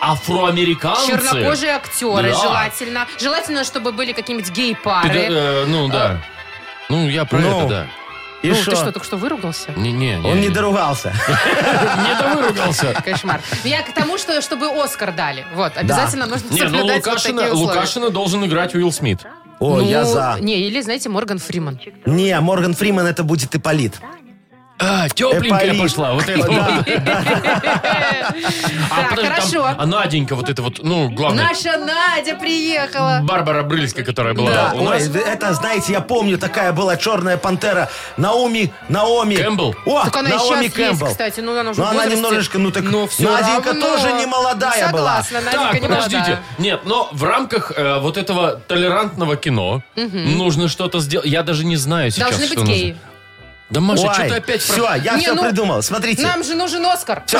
[SPEAKER 2] афроамериканцы.
[SPEAKER 3] Чернокожие актеры,
[SPEAKER 2] Да.
[SPEAKER 3] желательно. Желательно, чтобы были какие-нибудь
[SPEAKER 2] Педа-
[SPEAKER 3] гей-пары.
[SPEAKER 2] э, ну
[SPEAKER 4] А.
[SPEAKER 2] да. Ну, я про
[SPEAKER 4] Ну,
[SPEAKER 2] это, да.
[SPEAKER 4] И
[SPEAKER 3] Ну,
[SPEAKER 4] шо?
[SPEAKER 3] ты что, только что выругался?
[SPEAKER 2] Не-не.
[SPEAKER 4] Он не доругался.
[SPEAKER 2] Не довыругался.
[SPEAKER 3] Кошмар. Я к тому, что чтобы Оскар дали. Вот, обязательно нужно
[SPEAKER 2] Не, ну
[SPEAKER 3] соблюдать вот
[SPEAKER 2] Лукашина,
[SPEAKER 3] такие условия.
[SPEAKER 2] Лукашина должен играть Уилл Смит.
[SPEAKER 4] О,
[SPEAKER 3] Ну,
[SPEAKER 4] я за.
[SPEAKER 3] Не, или, знаете, Морган Фриман.
[SPEAKER 4] Не, Морган Фриман это будет Ипполит.
[SPEAKER 2] А, тепленькая
[SPEAKER 4] Эполит.
[SPEAKER 2] пошла. Вот это
[SPEAKER 4] Да.
[SPEAKER 2] вот. А,
[SPEAKER 3] Так,
[SPEAKER 2] подожди, там,
[SPEAKER 3] хорошо.
[SPEAKER 2] а Наденька, вот это вот, ну, главное.
[SPEAKER 3] Наша Надя приехала.
[SPEAKER 2] Барбара Брыльская, которая была
[SPEAKER 4] Да,
[SPEAKER 2] у
[SPEAKER 4] ой,
[SPEAKER 2] нас.
[SPEAKER 4] да это, знаете, я помню, такая была черная пантера. Наоми, Наоми.
[SPEAKER 2] Кэмпбелл.
[SPEAKER 4] О,
[SPEAKER 3] Так она и сейчас
[SPEAKER 4] Наоми
[SPEAKER 3] есть,
[SPEAKER 4] Кэмпбелл.
[SPEAKER 3] кстати, ну, она уже
[SPEAKER 4] Ну,
[SPEAKER 3] в
[SPEAKER 4] она
[SPEAKER 3] возрасте.
[SPEAKER 4] немножечко, ну так
[SPEAKER 3] Ну, всё
[SPEAKER 4] Наденька
[SPEAKER 3] равно. Ну,
[SPEAKER 4] тоже не молодая была.
[SPEAKER 3] Согласна,
[SPEAKER 2] Так,
[SPEAKER 3] Наденька не
[SPEAKER 2] подождите.
[SPEAKER 3] молодая.
[SPEAKER 2] Нет, но в рамках э, вот этого толерантного кино нужно что-то сделать. Я даже не знаю сейчас,
[SPEAKER 3] Должны
[SPEAKER 2] что
[SPEAKER 3] быть
[SPEAKER 2] нужно.
[SPEAKER 3] геи.
[SPEAKER 2] Да, Маша, что ты опять...
[SPEAKER 4] все, я
[SPEAKER 3] Не,
[SPEAKER 4] все
[SPEAKER 3] ну,
[SPEAKER 4] придумал. Смотрите.
[SPEAKER 3] Нам же нужен Оскар.
[SPEAKER 4] Все,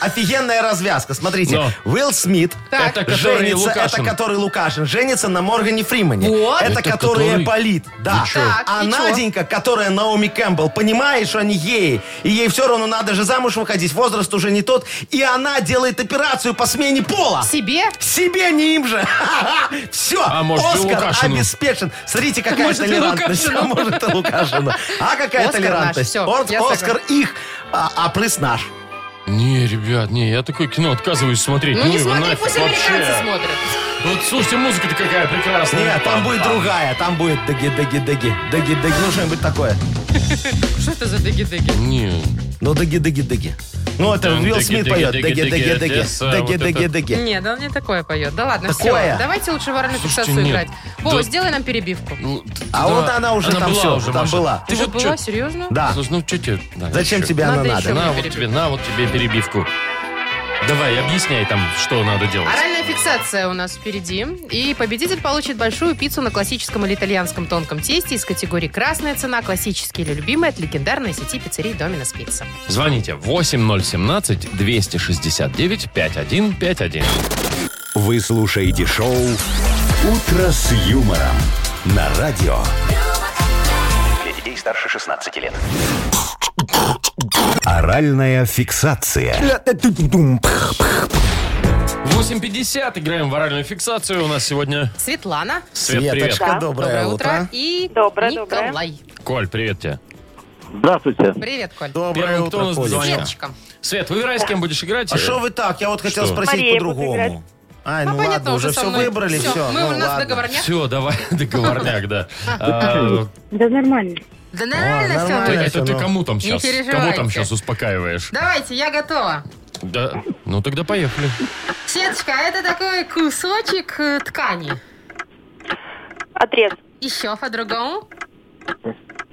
[SPEAKER 4] офигенная развязка. Смотрите,
[SPEAKER 2] Но.
[SPEAKER 4] Уилл Смит
[SPEAKER 3] Так.
[SPEAKER 2] Это который
[SPEAKER 4] женится,
[SPEAKER 2] Лукашин.
[SPEAKER 4] это который Лукашин, женится на Моргане Фримане.
[SPEAKER 3] Вот.
[SPEAKER 4] Это,
[SPEAKER 2] Это
[SPEAKER 4] который
[SPEAKER 2] который?
[SPEAKER 4] Эполит. Да.
[SPEAKER 2] чё?
[SPEAKER 3] Так,
[SPEAKER 4] а
[SPEAKER 3] и чё?
[SPEAKER 4] Наденька, которая Наоми Кэмпбелл, понимает, что они геи, и ей все равно надо же замуж выходить, возраст уже не тот, и она делает операцию по смене пола.
[SPEAKER 3] Себе?
[SPEAKER 4] Себе не им же. Все,
[SPEAKER 2] А может, и
[SPEAKER 4] Оскар
[SPEAKER 2] Лукашину.
[SPEAKER 4] обеспечен. Смотрите, какая
[SPEAKER 2] Может, и
[SPEAKER 4] толерантность. А
[SPEAKER 2] Лукашину.
[SPEAKER 4] может, и Лукашину. А какая
[SPEAKER 3] Оскар
[SPEAKER 4] толерантность.
[SPEAKER 3] наш, всё,
[SPEAKER 4] Ор-
[SPEAKER 3] я согласна.
[SPEAKER 4] Оскар их, а, а пресс наш.
[SPEAKER 2] Не, ребят, не, я такое кино отказываюсь смотреть.
[SPEAKER 3] Ну не
[SPEAKER 2] его
[SPEAKER 3] смотри,
[SPEAKER 2] нафиг
[SPEAKER 3] пусть
[SPEAKER 2] вообще.
[SPEAKER 3] американцы смотрят.
[SPEAKER 2] Вот слушайте, музыка-то какая прекрасная.
[SPEAKER 4] Нет, там будет
[SPEAKER 2] Пам-пам.
[SPEAKER 4] другая, там будет даги-даги-даги, даги-даги, ну что-нибудь такое.
[SPEAKER 3] Что это за дыги-дыги?
[SPEAKER 2] Не.
[SPEAKER 4] Ну даги-даги-даги. Ну это
[SPEAKER 2] Там
[SPEAKER 4] Уилл Смит
[SPEAKER 2] даги-даги,
[SPEAKER 4] поет,
[SPEAKER 2] даги-даги,
[SPEAKER 4] даги-даги-даги,
[SPEAKER 2] Одесса, вот это.
[SPEAKER 4] даги-даги-даги.
[SPEAKER 3] Нет, да он не такое поет. Да ладно,
[SPEAKER 4] Такое?
[SPEAKER 3] все. Давайте лучше вороную
[SPEAKER 2] Слушайте,
[SPEAKER 3] фиксацию
[SPEAKER 2] нет.
[SPEAKER 3] играть. Вова,
[SPEAKER 2] Да-
[SPEAKER 3] сделай нам перебивку.
[SPEAKER 2] Ну, т-
[SPEAKER 4] А
[SPEAKER 2] да,
[SPEAKER 4] вот она уже там
[SPEAKER 2] была
[SPEAKER 4] всё,
[SPEAKER 2] уже,
[SPEAKER 4] там
[SPEAKER 2] Маша.
[SPEAKER 4] была.
[SPEAKER 2] Ты
[SPEAKER 3] Ты же
[SPEAKER 2] вот чё?
[SPEAKER 3] была? Серьезно?
[SPEAKER 4] Да,
[SPEAKER 2] Слушай, ну что тебе? надо?
[SPEAKER 4] А. зачем
[SPEAKER 2] Чё?
[SPEAKER 4] тебе она
[SPEAKER 3] Надо еще.
[SPEAKER 4] надо?
[SPEAKER 2] На
[SPEAKER 3] Давай
[SPEAKER 2] вот
[SPEAKER 3] перебивку.
[SPEAKER 2] тебе, на вот тебе перебивку. Давай, объясняй там, что надо делать.
[SPEAKER 3] Оральная фиксация у нас впереди. И победитель получит большую пиццу на классическом или итальянском тонком тесте из категории «Красная цена», «Классический» или «Любимый» от легендарной сети пиццерий «Доминос Пицца».
[SPEAKER 2] Звоните 8017-269-5151.
[SPEAKER 1] Вы слушаете шоу «Утро с юмором» на радио.
[SPEAKER 6] Для детей старше 16 лет.
[SPEAKER 1] Оральная фиксация.
[SPEAKER 2] 8.50, играем в оральную фиксацию. У нас сегодня
[SPEAKER 3] Светлана,
[SPEAKER 2] Свет, привет.
[SPEAKER 4] Светочка,
[SPEAKER 9] Да.
[SPEAKER 4] доброе утро.
[SPEAKER 3] И
[SPEAKER 9] Доброе,
[SPEAKER 3] Николай.
[SPEAKER 2] Коль, привет тебе.
[SPEAKER 5] Здравствуйте.
[SPEAKER 3] Привет, Коль.
[SPEAKER 4] Доброе
[SPEAKER 2] Первым кто
[SPEAKER 4] утро,
[SPEAKER 2] у
[SPEAKER 4] Ну
[SPEAKER 2] нас
[SPEAKER 4] Коля.
[SPEAKER 2] звонит?
[SPEAKER 3] Светочка.
[SPEAKER 2] Свет, выбирай, с кем будешь играть.
[SPEAKER 4] А что вы так? Я вот хотел
[SPEAKER 2] Что?
[SPEAKER 4] спросить
[SPEAKER 9] Мария будет
[SPEAKER 4] по-другому.
[SPEAKER 9] играть.
[SPEAKER 4] Ай, ну
[SPEAKER 3] А, понятно,
[SPEAKER 4] ладно, уже
[SPEAKER 3] со
[SPEAKER 4] все
[SPEAKER 3] мной.
[SPEAKER 4] выбрали, ну
[SPEAKER 3] Всё,
[SPEAKER 4] все.
[SPEAKER 3] Мы у нас договорняк.
[SPEAKER 2] Все, давай, договорняк, да. А,
[SPEAKER 9] Да нормально.
[SPEAKER 3] Да
[SPEAKER 4] О,
[SPEAKER 3] нормально все.
[SPEAKER 2] ты-
[SPEAKER 4] нормально.
[SPEAKER 2] Это ты кому там сейчас? Кому
[SPEAKER 3] переживайте.
[SPEAKER 2] там сейчас успокаиваешь?
[SPEAKER 3] Давайте, я готова.
[SPEAKER 2] Да. Ну тогда поехали.
[SPEAKER 3] Сеточка, а это такой кусочек э, ткани.
[SPEAKER 9] Отрез.
[SPEAKER 3] Еще по-другому.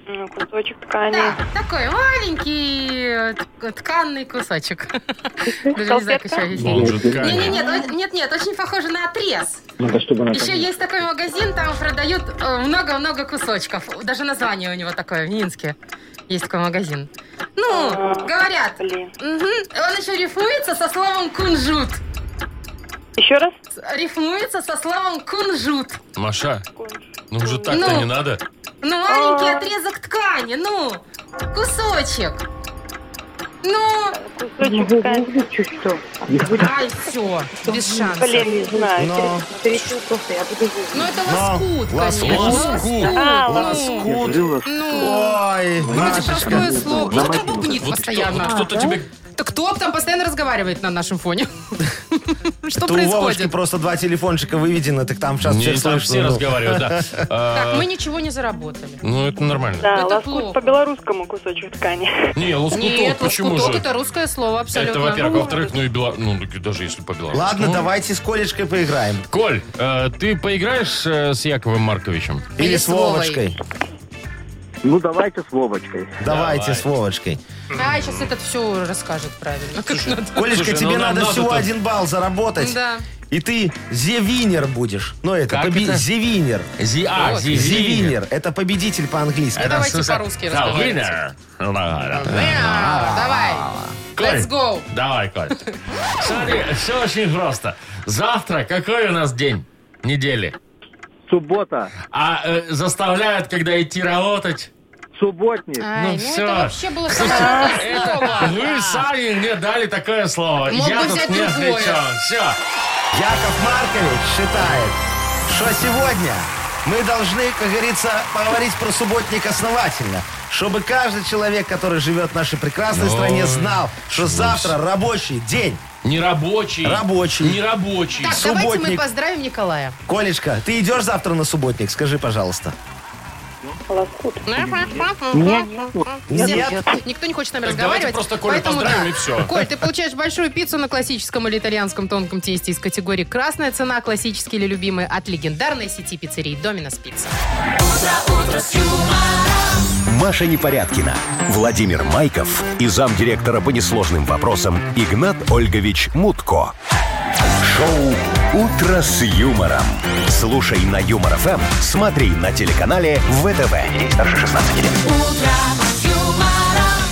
[SPEAKER 9] М, Кусочек ткани.
[SPEAKER 3] Да, такой маленький э, т- тканный кусочек. Даже не знаю, как
[SPEAKER 9] Салфетка?
[SPEAKER 3] еще объяснить.
[SPEAKER 2] Он же ткань.
[SPEAKER 3] Нет-нет, нет-нет, очень похоже на отрез.
[SPEAKER 8] Ну,
[SPEAKER 3] Еще есть такой магазин, там продают э, много-много кусочков. Даже название у него такое, в Минске. Есть такой магазин. Ну, говорят.
[SPEAKER 9] А, Блин.
[SPEAKER 3] Мгм. Он еще рифмуется со словом кунжут.
[SPEAKER 9] Еще раз.
[SPEAKER 3] С- Рифмуется со словом кунжут.
[SPEAKER 2] Маша, ну уже
[SPEAKER 9] Кунжут.
[SPEAKER 2] так-то
[SPEAKER 3] Ну.
[SPEAKER 2] не надо.
[SPEAKER 3] Ну, маленький
[SPEAKER 9] А.
[SPEAKER 3] отрезок ткани, ну. Кусочек. Ну,
[SPEAKER 9] Кусочек ткани.
[SPEAKER 3] ай, все, без шансов.
[SPEAKER 9] Блин, не знаю.
[SPEAKER 4] Но.
[SPEAKER 9] Перечувствовался, я подожду.
[SPEAKER 3] Ну, это
[SPEAKER 4] Но.
[SPEAKER 3] Ну, лоскут, конечно.
[SPEAKER 2] Лоскут.
[SPEAKER 9] А,
[SPEAKER 3] Лоскут.
[SPEAKER 4] Лоскут.
[SPEAKER 3] Ну,
[SPEAKER 4] Ой,
[SPEAKER 3] ну, это
[SPEAKER 4] Машечка.
[SPEAKER 3] простое слово. Кто там бубнит
[SPEAKER 2] Вот
[SPEAKER 3] постоянно? А,
[SPEAKER 2] кто- кто-то тебе...
[SPEAKER 3] Так кто там постоянно разговаривает на нашем фоне? Что
[SPEAKER 4] Это у Вовочки
[SPEAKER 3] происходит?
[SPEAKER 4] просто два телефончика выведено, так там сейчас
[SPEAKER 2] Не,
[SPEAKER 4] всех
[SPEAKER 2] там
[SPEAKER 4] слышно.
[SPEAKER 2] все
[SPEAKER 4] Ну,
[SPEAKER 2] разговаривают, да.
[SPEAKER 3] Так,
[SPEAKER 2] А,
[SPEAKER 3] мы ничего не заработали.
[SPEAKER 2] Ну, это нормально.
[SPEAKER 9] Да,
[SPEAKER 3] Это плохо.
[SPEAKER 9] лоскут по белорусскому кусочек ткани.
[SPEAKER 2] Не, лоскуток,
[SPEAKER 3] Нет,
[SPEAKER 2] почему
[SPEAKER 3] лоскуток
[SPEAKER 2] же?
[SPEAKER 3] это русское слово
[SPEAKER 2] Это,
[SPEAKER 3] абсолютно.
[SPEAKER 2] во-первых. Во-вторых, ну и бела... Ну, так даже если по-белорусски.
[SPEAKER 4] Ладно,
[SPEAKER 2] Ну,
[SPEAKER 4] давайте с Колечкой поиграем.
[SPEAKER 2] Коль, э, ты поиграешь э, с Яковым Марковичем?
[SPEAKER 4] Или,
[SPEAKER 3] Или
[SPEAKER 4] с
[SPEAKER 3] с Вовой.
[SPEAKER 4] Вовочкой.
[SPEAKER 8] Ну, давайте с Вовочкой.
[SPEAKER 4] Давайте
[SPEAKER 2] Давай.
[SPEAKER 4] с Вовочкой.
[SPEAKER 3] А, сейчас этот все расскажет правильно. Как надо.
[SPEAKER 4] Колечка,
[SPEAKER 2] Слушай,
[SPEAKER 4] тебе
[SPEAKER 2] ну, нам
[SPEAKER 4] надо
[SPEAKER 2] надо
[SPEAKER 4] всего
[SPEAKER 2] тут-
[SPEAKER 4] один балл заработать.
[SPEAKER 3] Да.
[SPEAKER 4] И ты зевинер будешь. Ну, это,
[SPEAKER 2] Как
[SPEAKER 4] поби-
[SPEAKER 2] это?
[SPEAKER 4] зевинер.
[SPEAKER 2] Зи... А,
[SPEAKER 3] Вот.
[SPEAKER 2] Зи- Зивинер.
[SPEAKER 4] Зевинер. Это победитель по-английски.
[SPEAKER 3] Это- Ну, давайте
[SPEAKER 2] Слушай,
[SPEAKER 3] по-русски
[SPEAKER 2] да,
[SPEAKER 3] разговаривайте.
[SPEAKER 2] Винер. Да, да, да.
[SPEAKER 3] Да, Давай.
[SPEAKER 2] Коль,
[SPEAKER 3] Let's go.
[SPEAKER 2] Давай, Коль. Смотри, все очень просто. Завтра какой у нас день недели?
[SPEAKER 8] Суббота.
[SPEAKER 2] А э, заставляют, когда идти работать?
[SPEAKER 8] Субботник.
[SPEAKER 3] Ай, ну
[SPEAKER 2] всё.
[SPEAKER 3] это вообще было самое
[SPEAKER 2] Это вы
[SPEAKER 3] слово.
[SPEAKER 2] Ну сами мне дали такое слово.
[SPEAKER 3] Мог
[SPEAKER 2] Я
[SPEAKER 3] бы
[SPEAKER 2] тут
[SPEAKER 3] взять
[SPEAKER 2] не
[SPEAKER 3] другое.
[SPEAKER 2] отвечал. Все.
[SPEAKER 4] Яков Маркович считает, что сегодня мы должны, как говорится, поговорить про субботник основательно. Чтобы каждый человек, который живет в нашей прекрасной
[SPEAKER 2] Ну,
[SPEAKER 4] стране, знал, что
[SPEAKER 2] чего ж.
[SPEAKER 4] завтра рабочий день.
[SPEAKER 2] Не рабочий.
[SPEAKER 4] Рабочий.
[SPEAKER 2] Не рабочий.
[SPEAKER 3] Так, давайте мы
[SPEAKER 4] субботник.
[SPEAKER 3] поздравим Николая.
[SPEAKER 4] Колечка, ты идешь завтра на субботник? Скажи, пожалуйста.
[SPEAKER 9] Лоскут.
[SPEAKER 4] Нет?
[SPEAKER 3] Никто не хочет с нами
[SPEAKER 2] Так
[SPEAKER 3] разговаривать.
[SPEAKER 2] давайте просто Колю
[SPEAKER 3] поэтому
[SPEAKER 2] поздравим,
[SPEAKER 3] да.
[SPEAKER 2] и всё.
[SPEAKER 3] Коль, ты получаешь большую пиццу на классическом или итальянском тонком тесте из категории «Красная цена», «Классический» или «Любимый» от легендарной сети пиццерий «Доминос Пицца».
[SPEAKER 1] Маша Непорядкина, Владимир Майков и замдиректора по несложным вопросам Игнат Ольгович Мутко. Шоу «Утро с юмором». Слушай на Юмор ФМ, смотри на телеканале ВТВ. Ей старше 16 лет.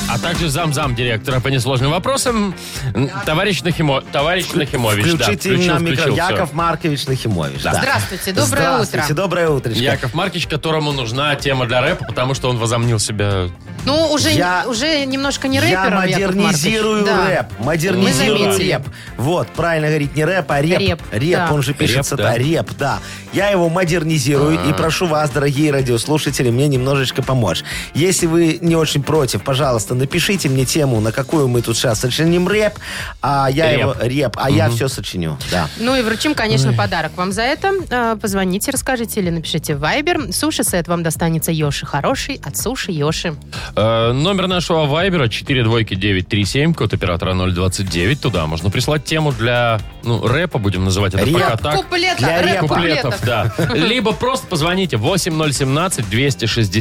[SPEAKER 2] А также зам-зам директора по несложным вопросам. м, Товарищ Нахимо... Товарищ Нахимович.
[SPEAKER 4] Включите
[SPEAKER 2] да,
[SPEAKER 4] нам микро-
[SPEAKER 2] всё.
[SPEAKER 4] Яков Маркович Нахимович. да.
[SPEAKER 3] Здравствуйте, доброе
[SPEAKER 4] Здравствуйте,
[SPEAKER 3] утро.
[SPEAKER 4] доброе утречко.
[SPEAKER 2] Яков Маркич, которому нужна тема для рэпа, потому что он возомнил себя...
[SPEAKER 3] Ну, уже,
[SPEAKER 4] Я-
[SPEAKER 3] уже немножко не
[SPEAKER 4] Я
[SPEAKER 3] рэпером, Яков Маркович.
[SPEAKER 4] модернизирую
[SPEAKER 3] Да.
[SPEAKER 4] рэп. Модернизирую
[SPEAKER 3] Мы заметили.
[SPEAKER 4] рэп. Вот, правильно говорить, не рэп, а реп.
[SPEAKER 3] Реп, да.
[SPEAKER 4] он же пишется, да.
[SPEAKER 2] Реп, да. А.
[SPEAKER 4] реп, да. Я его модернизирую и прошу вас, дорогие радиослушатели, мне немножечко помочь. Если вы не очень против, пожалуйста, напишите мне тему, на какую мы тут сейчас сочиним рэп, а я
[SPEAKER 2] Реп.
[SPEAKER 4] его реп, а я все сочиню. Да.
[SPEAKER 3] Ну и вручим, конечно, подарок вам за это. Э, Позвоните, расскажите или напишите в Viber. Суши-сет вам достанется Йоши Хороший от Суши Йоши.
[SPEAKER 2] Э, номер нашего вайбера 42937, код оператора 029. Туда можно прислать тему для ну, рэпа, будем называть это
[SPEAKER 4] Реп.
[SPEAKER 2] пока так.
[SPEAKER 3] Куплета,
[SPEAKER 4] Для
[SPEAKER 3] рэп
[SPEAKER 4] репа.
[SPEAKER 3] куплетов.
[SPEAKER 2] Куплетов, да. Либо просто позвоните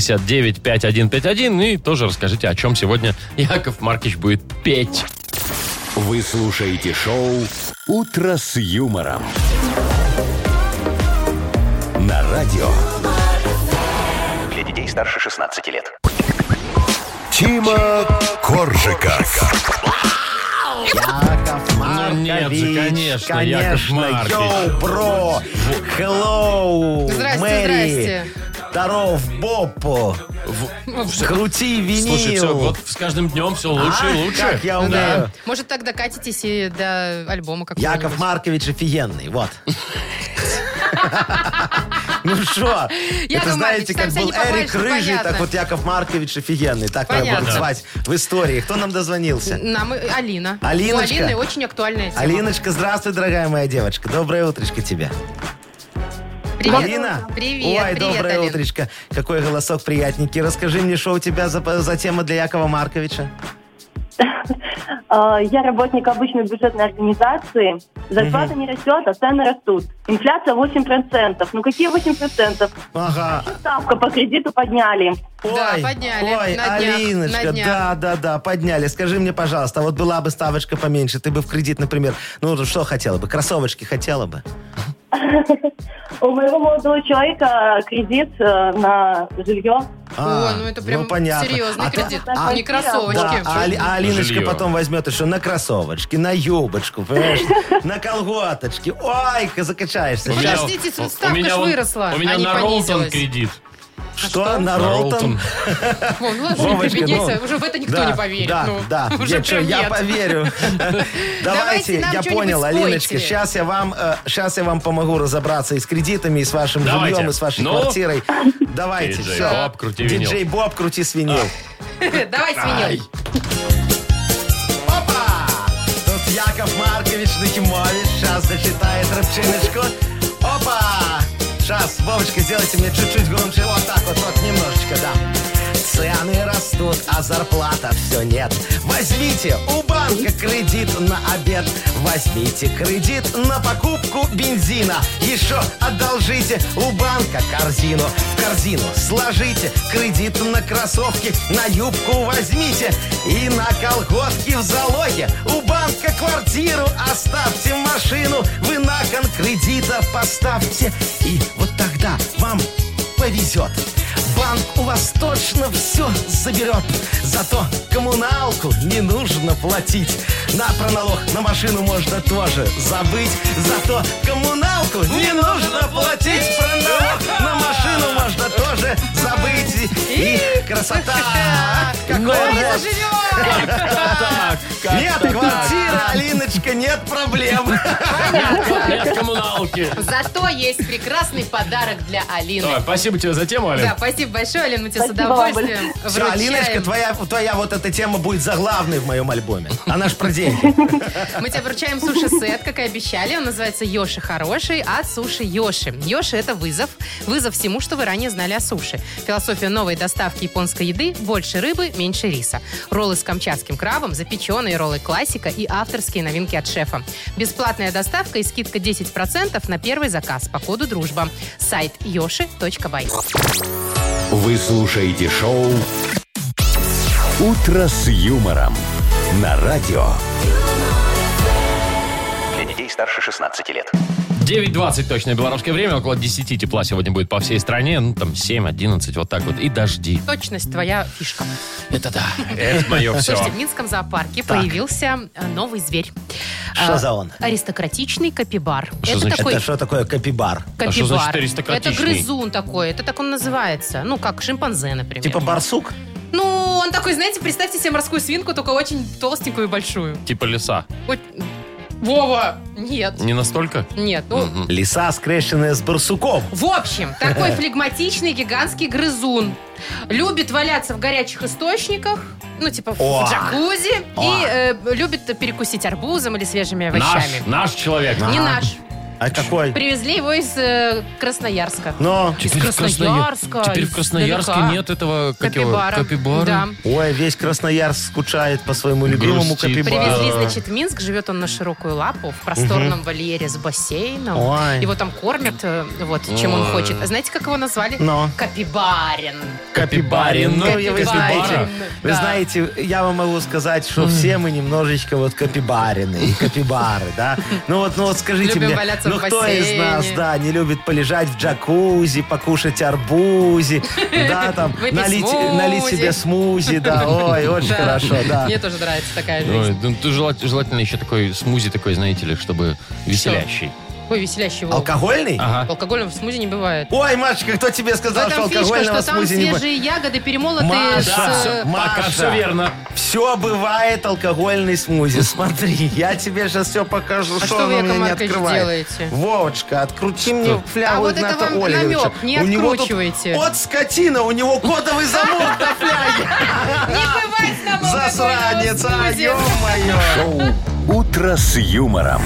[SPEAKER 2] 8017-269-5151 и тоже расскажите, о чем сегодня Яков Маркич будет петь.
[SPEAKER 1] Вы слушаете шоу «Утро с юмором». На радио
[SPEAKER 6] Для детей старше 16 лет.
[SPEAKER 1] Тима Коржика.
[SPEAKER 4] Яков Маркович.
[SPEAKER 2] Ну нет же, конечно, Яков Маркович.
[SPEAKER 4] Йоу, бро. Hello,
[SPEAKER 3] Здрасте,
[SPEAKER 4] Мэри.
[SPEAKER 3] здрасте. Ну,
[SPEAKER 4] Здоров, Боб. Крути винил.
[SPEAKER 2] Слушай, все, вот с каждым днем все лучше
[SPEAKER 4] А,
[SPEAKER 2] и лучше.
[SPEAKER 4] Как я
[SPEAKER 3] Ну
[SPEAKER 4] умею.
[SPEAKER 3] да. Может, так докатитесь и до альбома какого-нибудь.
[SPEAKER 4] Яков Маркович офигенный, вот. Ну что,
[SPEAKER 3] Яков
[SPEAKER 4] это знаете, как
[SPEAKER 3] Маркович, там вся
[SPEAKER 4] был Эрик
[SPEAKER 3] непоправишь,
[SPEAKER 4] Рыжий,
[SPEAKER 3] понятно.
[SPEAKER 4] так вот Яков Маркович офигенный. Так надо
[SPEAKER 3] Понятно.
[SPEAKER 4] будет звать в истории. Кто нам дозвонился?
[SPEAKER 3] Нам и- Алина. У
[SPEAKER 4] Алиночка.
[SPEAKER 3] Алины очень актуальная тема.
[SPEAKER 4] Алиночка, здравствуй, дорогая моя девочка. Доброе утречко тебе.
[SPEAKER 3] Привет.
[SPEAKER 4] Алина?
[SPEAKER 3] Привет,
[SPEAKER 4] Ой,
[SPEAKER 3] привет,
[SPEAKER 4] доброе
[SPEAKER 3] Алин.
[SPEAKER 4] утречко. Какой голосок приятненький. Расскажи мне, что у тебя за, за тема для Якова Марковича?
[SPEAKER 10] Э, Я работник обычной бюджетной организации. Зарплата не растет, а цены растут. Инфляция 8%. Ну какие 8%?
[SPEAKER 4] Ага.
[SPEAKER 10] Ставка по кредиту подняли.
[SPEAKER 3] Да,
[SPEAKER 4] Ой,
[SPEAKER 3] подняли.
[SPEAKER 4] Ой,
[SPEAKER 3] На днях,
[SPEAKER 4] Алиночка,
[SPEAKER 3] на днях.
[SPEAKER 4] да, да, да, подняли. Скажи мне, пожалуйста, вот была бы ставочка поменьше, ты бы в кредит, например, ну что хотела бы? Кроссовочки хотела бы?
[SPEAKER 10] У моего молодого человека кредит э, на жилье.
[SPEAKER 3] О, ну это прям
[SPEAKER 4] А, понятно.
[SPEAKER 3] серьезный
[SPEAKER 4] А ты-
[SPEAKER 3] кредит.
[SPEAKER 10] а-
[SPEAKER 3] не кроссовочки.
[SPEAKER 4] Да, а, Али- а Алиночка
[SPEAKER 2] Жилье.
[SPEAKER 4] потом возьмет еще на кроссовочки, на юбочку, понимаешь, на колготочки. Ой, ка- закачаешься.
[SPEAKER 2] У меня-
[SPEAKER 3] Подождите,
[SPEAKER 2] у- у
[SPEAKER 3] ставка
[SPEAKER 2] меня
[SPEAKER 3] ж
[SPEAKER 2] вон-
[SPEAKER 3] выросла,
[SPEAKER 2] У меня
[SPEAKER 3] а не
[SPEAKER 2] на Ролтон
[SPEAKER 3] понизилась.
[SPEAKER 2] кредит.
[SPEAKER 4] Что? На Ролтон?
[SPEAKER 3] Вон, ну ладно,
[SPEAKER 4] Вовочка,
[SPEAKER 3] прибедняйся,
[SPEAKER 4] ну,
[SPEAKER 3] уже в это никто
[SPEAKER 4] да,
[SPEAKER 3] не поверит.
[SPEAKER 4] Да,
[SPEAKER 3] ну,
[SPEAKER 4] да.
[SPEAKER 3] уже
[SPEAKER 4] я, чё,
[SPEAKER 3] прям
[SPEAKER 4] я
[SPEAKER 3] нет.
[SPEAKER 4] поверю.
[SPEAKER 3] Давайте
[SPEAKER 4] Давайте,
[SPEAKER 3] нам
[SPEAKER 4] я
[SPEAKER 3] что-нибудь
[SPEAKER 4] понял,
[SPEAKER 3] спойте.
[SPEAKER 4] Алиночка. Сейчас я вам, сейчас я вам помогу разобраться и с кредитами, и с вашим
[SPEAKER 2] Давайте.
[SPEAKER 4] жильем, и с вашей
[SPEAKER 2] Ну?
[SPEAKER 4] квартирой. Давайте,
[SPEAKER 2] Диджей
[SPEAKER 4] все.
[SPEAKER 2] Боб, крути винил.
[SPEAKER 4] Диджей Боб, крути свинил.
[SPEAKER 3] Давай, свинил.
[SPEAKER 4] Опа! Тут Яков Маркович Нахимович сейчас зачитает рыбчиночку. Опа! Сейчас, Вовочка, сделайте мне чуть-чуть громче. Вот так вот, вот немножечко, да. Цены растут, а зарплата все нет. Возьмите у банка кредит на обед. Возьмите кредит на покупку бензина. Еще одолжите у банка корзину. В корзину сложите кредит на кроссовки, на юбку возьмите и на колготки в залоге. У банка квартиру оставьте машину, вы на кон кредита поставьте. И вот тогда вам повезет. Банк у вас точно все заберет. Зато коммуналку не нужно платить. На проналог на машину можно тоже забыть. Зато коммуналку не нужно платить. Про налог на машину можно тоже забыть. И красота! Какой рост.
[SPEAKER 3] Заживем!
[SPEAKER 2] Ну, Так, как
[SPEAKER 4] Нет,
[SPEAKER 2] так?
[SPEAKER 4] квартира, Алиночка, нет проблем.
[SPEAKER 2] Нет коммуналки.
[SPEAKER 3] Зато есть прекрасный подарок для Алины.
[SPEAKER 2] Давай, спасибо тебе за тему, Алин.
[SPEAKER 3] Да, спасибо большое, Алина, мы тебе с
[SPEAKER 10] Спасибо,
[SPEAKER 3] удовольствием
[SPEAKER 4] Все, Алиночка,
[SPEAKER 3] вручаем.
[SPEAKER 4] твоя, твоя вот эта тема будет заглавной в моем альбоме. Она ж про деньги.
[SPEAKER 3] Мы тебе вручаем суши-сет, как и обещали. Он называется «Йоши хороший» от суши Йоши. Йоши – это вызов. Вызов всему, что вы ранее знали о суши. Философия новой доставки японской еды – больше рыбы, меньше риса. Роллы с камчатским крабом, запеченные роллы классика и авторские новинки от шефа. Бесплатная доставка и скидка 10% на первый заказ по коду «Дружба». Сайт yoshi.by.
[SPEAKER 1] Вы слушаете шоу «Утро с юмором» на радио.
[SPEAKER 6] Для детей старше 16 лет.
[SPEAKER 2] 9.20 точное белорусское время. Около 10 тепла сегодня будет по всей стране. Ну, там 7-11, вот так вот. И дожди.
[SPEAKER 3] Точность твоя фишка.
[SPEAKER 2] Это да. Это мое все.
[SPEAKER 3] Слушайте, в Минском зоопарке появился э, новый зверь.
[SPEAKER 4] Что
[SPEAKER 3] Э,
[SPEAKER 4] за он?
[SPEAKER 3] Аристократичный капибар.
[SPEAKER 2] Что
[SPEAKER 3] это
[SPEAKER 2] значит?
[SPEAKER 3] такой
[SPEAKER 4] Это что а такое капибар?
[SPEAKER 3] капибар.
[SPEAKER 2] А что значит
[SPEAKER 3] это
[SPEAKER 2] аристократичный?
[SPEAKER 3] грызун такой, это так он называется. Ну, как шимпанзе, например.
[SPEAKER 4] Типа барсук?
[SPEAKER 3] Ну, он такой, знаете, представьте себе морскую свинку, только очень толстенькую и большую.
[SPEAKER 2] Типа леса.
[SPEAKER 3] Вот- Вова! Нет.
[SPEAKER 2] Не настолько?
[SPEAKER 3] Нет, ну,
[SPEAKER 2] Мгм.
[SPEAKER 4] Лиса, скрещенная с барсуком.
[SPEAKER 3] В общем, такой флегматичный гигантский грызун. Любит валяться в горячих источниках, ну, типа в
[SPEAKER 4] О!
[SPEAKER 3] джакузи, и
[SPEAKER 4] О!
[SPEAKER 3] э, любит перекусить арбузом или свежими
[SPEAKER 2] Наш,
[SPEAKER 3] овощами.
[SPEAKER 2] наш человек.
[SPEAKER 3] Не наш.
[SPEAKER 4] А какой?
[SPEAKER 3] Привезли его из э, Красноярска.
[SPEAKER 4] Но...
[SPEAKER 3] Из Красноярска.
[SPEAKER 2] Теперь в
[SPEAKER 3] из
[SPEAKER 2] Красноярске
[SPEAKER 3] далека.
[SPEAKER 2] нет этого как его,
[SPEAKER 3] Капибара.
[SPEAKER 2] капибары.
[SPEAKER 3] Да.
[SPEAKER 4] Ой, весь Красноярск скучает по своему любимому
[SPEAKER 2] Грустит.
[SPEAKER 4] капибару.
[SPEAKER 3] Привезли,
[SPEAKER 2] Ба.
[SPEAKER 3] значит, в Минск. Живет он на широкую лапу в просторном вольере с бассейном.
[SPEAKER 4] Ой.
[SPEAKER 3] Его там кормят, э, вот, чем он хочет. А Знаете, как его назвали?
[SPEAKER 4] Но.
[SPEAKER 3] Капибарин.
[SPEAKER 2] Капибарин. Ну,
[SPEAKER 4] и вы
[SPEAKER 3] Капибарин.
[SPEAKER 4] знаете, вы
[SPEAKER 3] Да.
[SPEAKER 4] знаете, я вам могу сказать, что все мы немножечко вот капибарины и капибары, да? Ну вот, ну вот скажите
[SPEAKER 3] Любим
[SPEAKER 4] мне,
[SPEAKER 3] валяться
[SPEAKER 4] ну
[SPEAKER 3] в
[SPEAKER 4] кто из нас,
[SPEAKER 3] бассейне.
[SPEAKER 4] да, не любит полежать в джакузи, покушать арбузи, да, там,
[SPEAKER 3] Выпить
[SPEAKER 4] налить,
[SPEAKER 3] смузи.
[SPEAKER 4] налить себе смузи, да, ой, очень
[SPEAKER 3] Да.
[SPEAKER 4] хорошо, да.
[SPEAKER 3] Мне тоже нравится такая
[SPEAKER 2] Ой,
[SPEAKER 3] жизнь.
[SPEAKER 2] ну, ты желать- желательно еще такой смузи такой, знаете ли, чтобы веселящий.
[SPEAKER 3] Ой, веселящий волк.
[SPEAKER 4] Алкогольный?
[SPEAKER 2] Ага.
[SPEAKER 3] Алкоголем в смузи не бывает.
[SPEAKER 4] Ой, Машечка, кто тебе сказал,
[SPEAKER 3] в
[SPEAKER 4] что
[SPEAKER 3] этом фишка,
[SPEAKER 4] алкогольного
[SPEAKER 3] что там
[SPEAKER 4] смузи не будет?
[SPEAKER 3] свежие ягоды перемолотые
[SPEAKER 4] Маша,
[SPEAKER 3] с...
[SPEAKER 4] да,
[SPEAKER 3] э,
[SPEAKER 4] всё, Маша.
[SPEAKER 2] Пока все верно.
[SPEAKER 4] Все бывает алкогольный смузи. Смотри, я тебе сейчас все покажу, что,
[SPEAKER 3] А что
[SPEAKER 4] она
[SPEAKER 3] вы, Яков
[SPEAKER 4] мне не
[SPEAKER 3] Маркович,
[SPEAKER 4] открывает.
[SPEAKER 3] делаете?
[SPEAKER 4] Вовочка, открути мне
[SPEAKER 2] Что?
[SPEAKER 4] флягу
[SPEAKER 3] А вот это
[SPEAKER 4] Игната
[SPEAKER 3] вам
[SPEAKER 4] Ольговича.
[SPEAKER 3] намек, не
[SPEAKER 4] У него тут
[SPEAKER 3] откручивайте.
[SPEAKER 4] Вот скотина, у него кодовый замок на фляге.
[SPEAKER 3] Не бывает с тобой
[SPEAKER 4] Засранец, а,
[SPEAKER 3] алкогольного смузи.
[SPEAKER 4] ё-моё.
[SPEAKER 1] Шоу «Утро с юмором».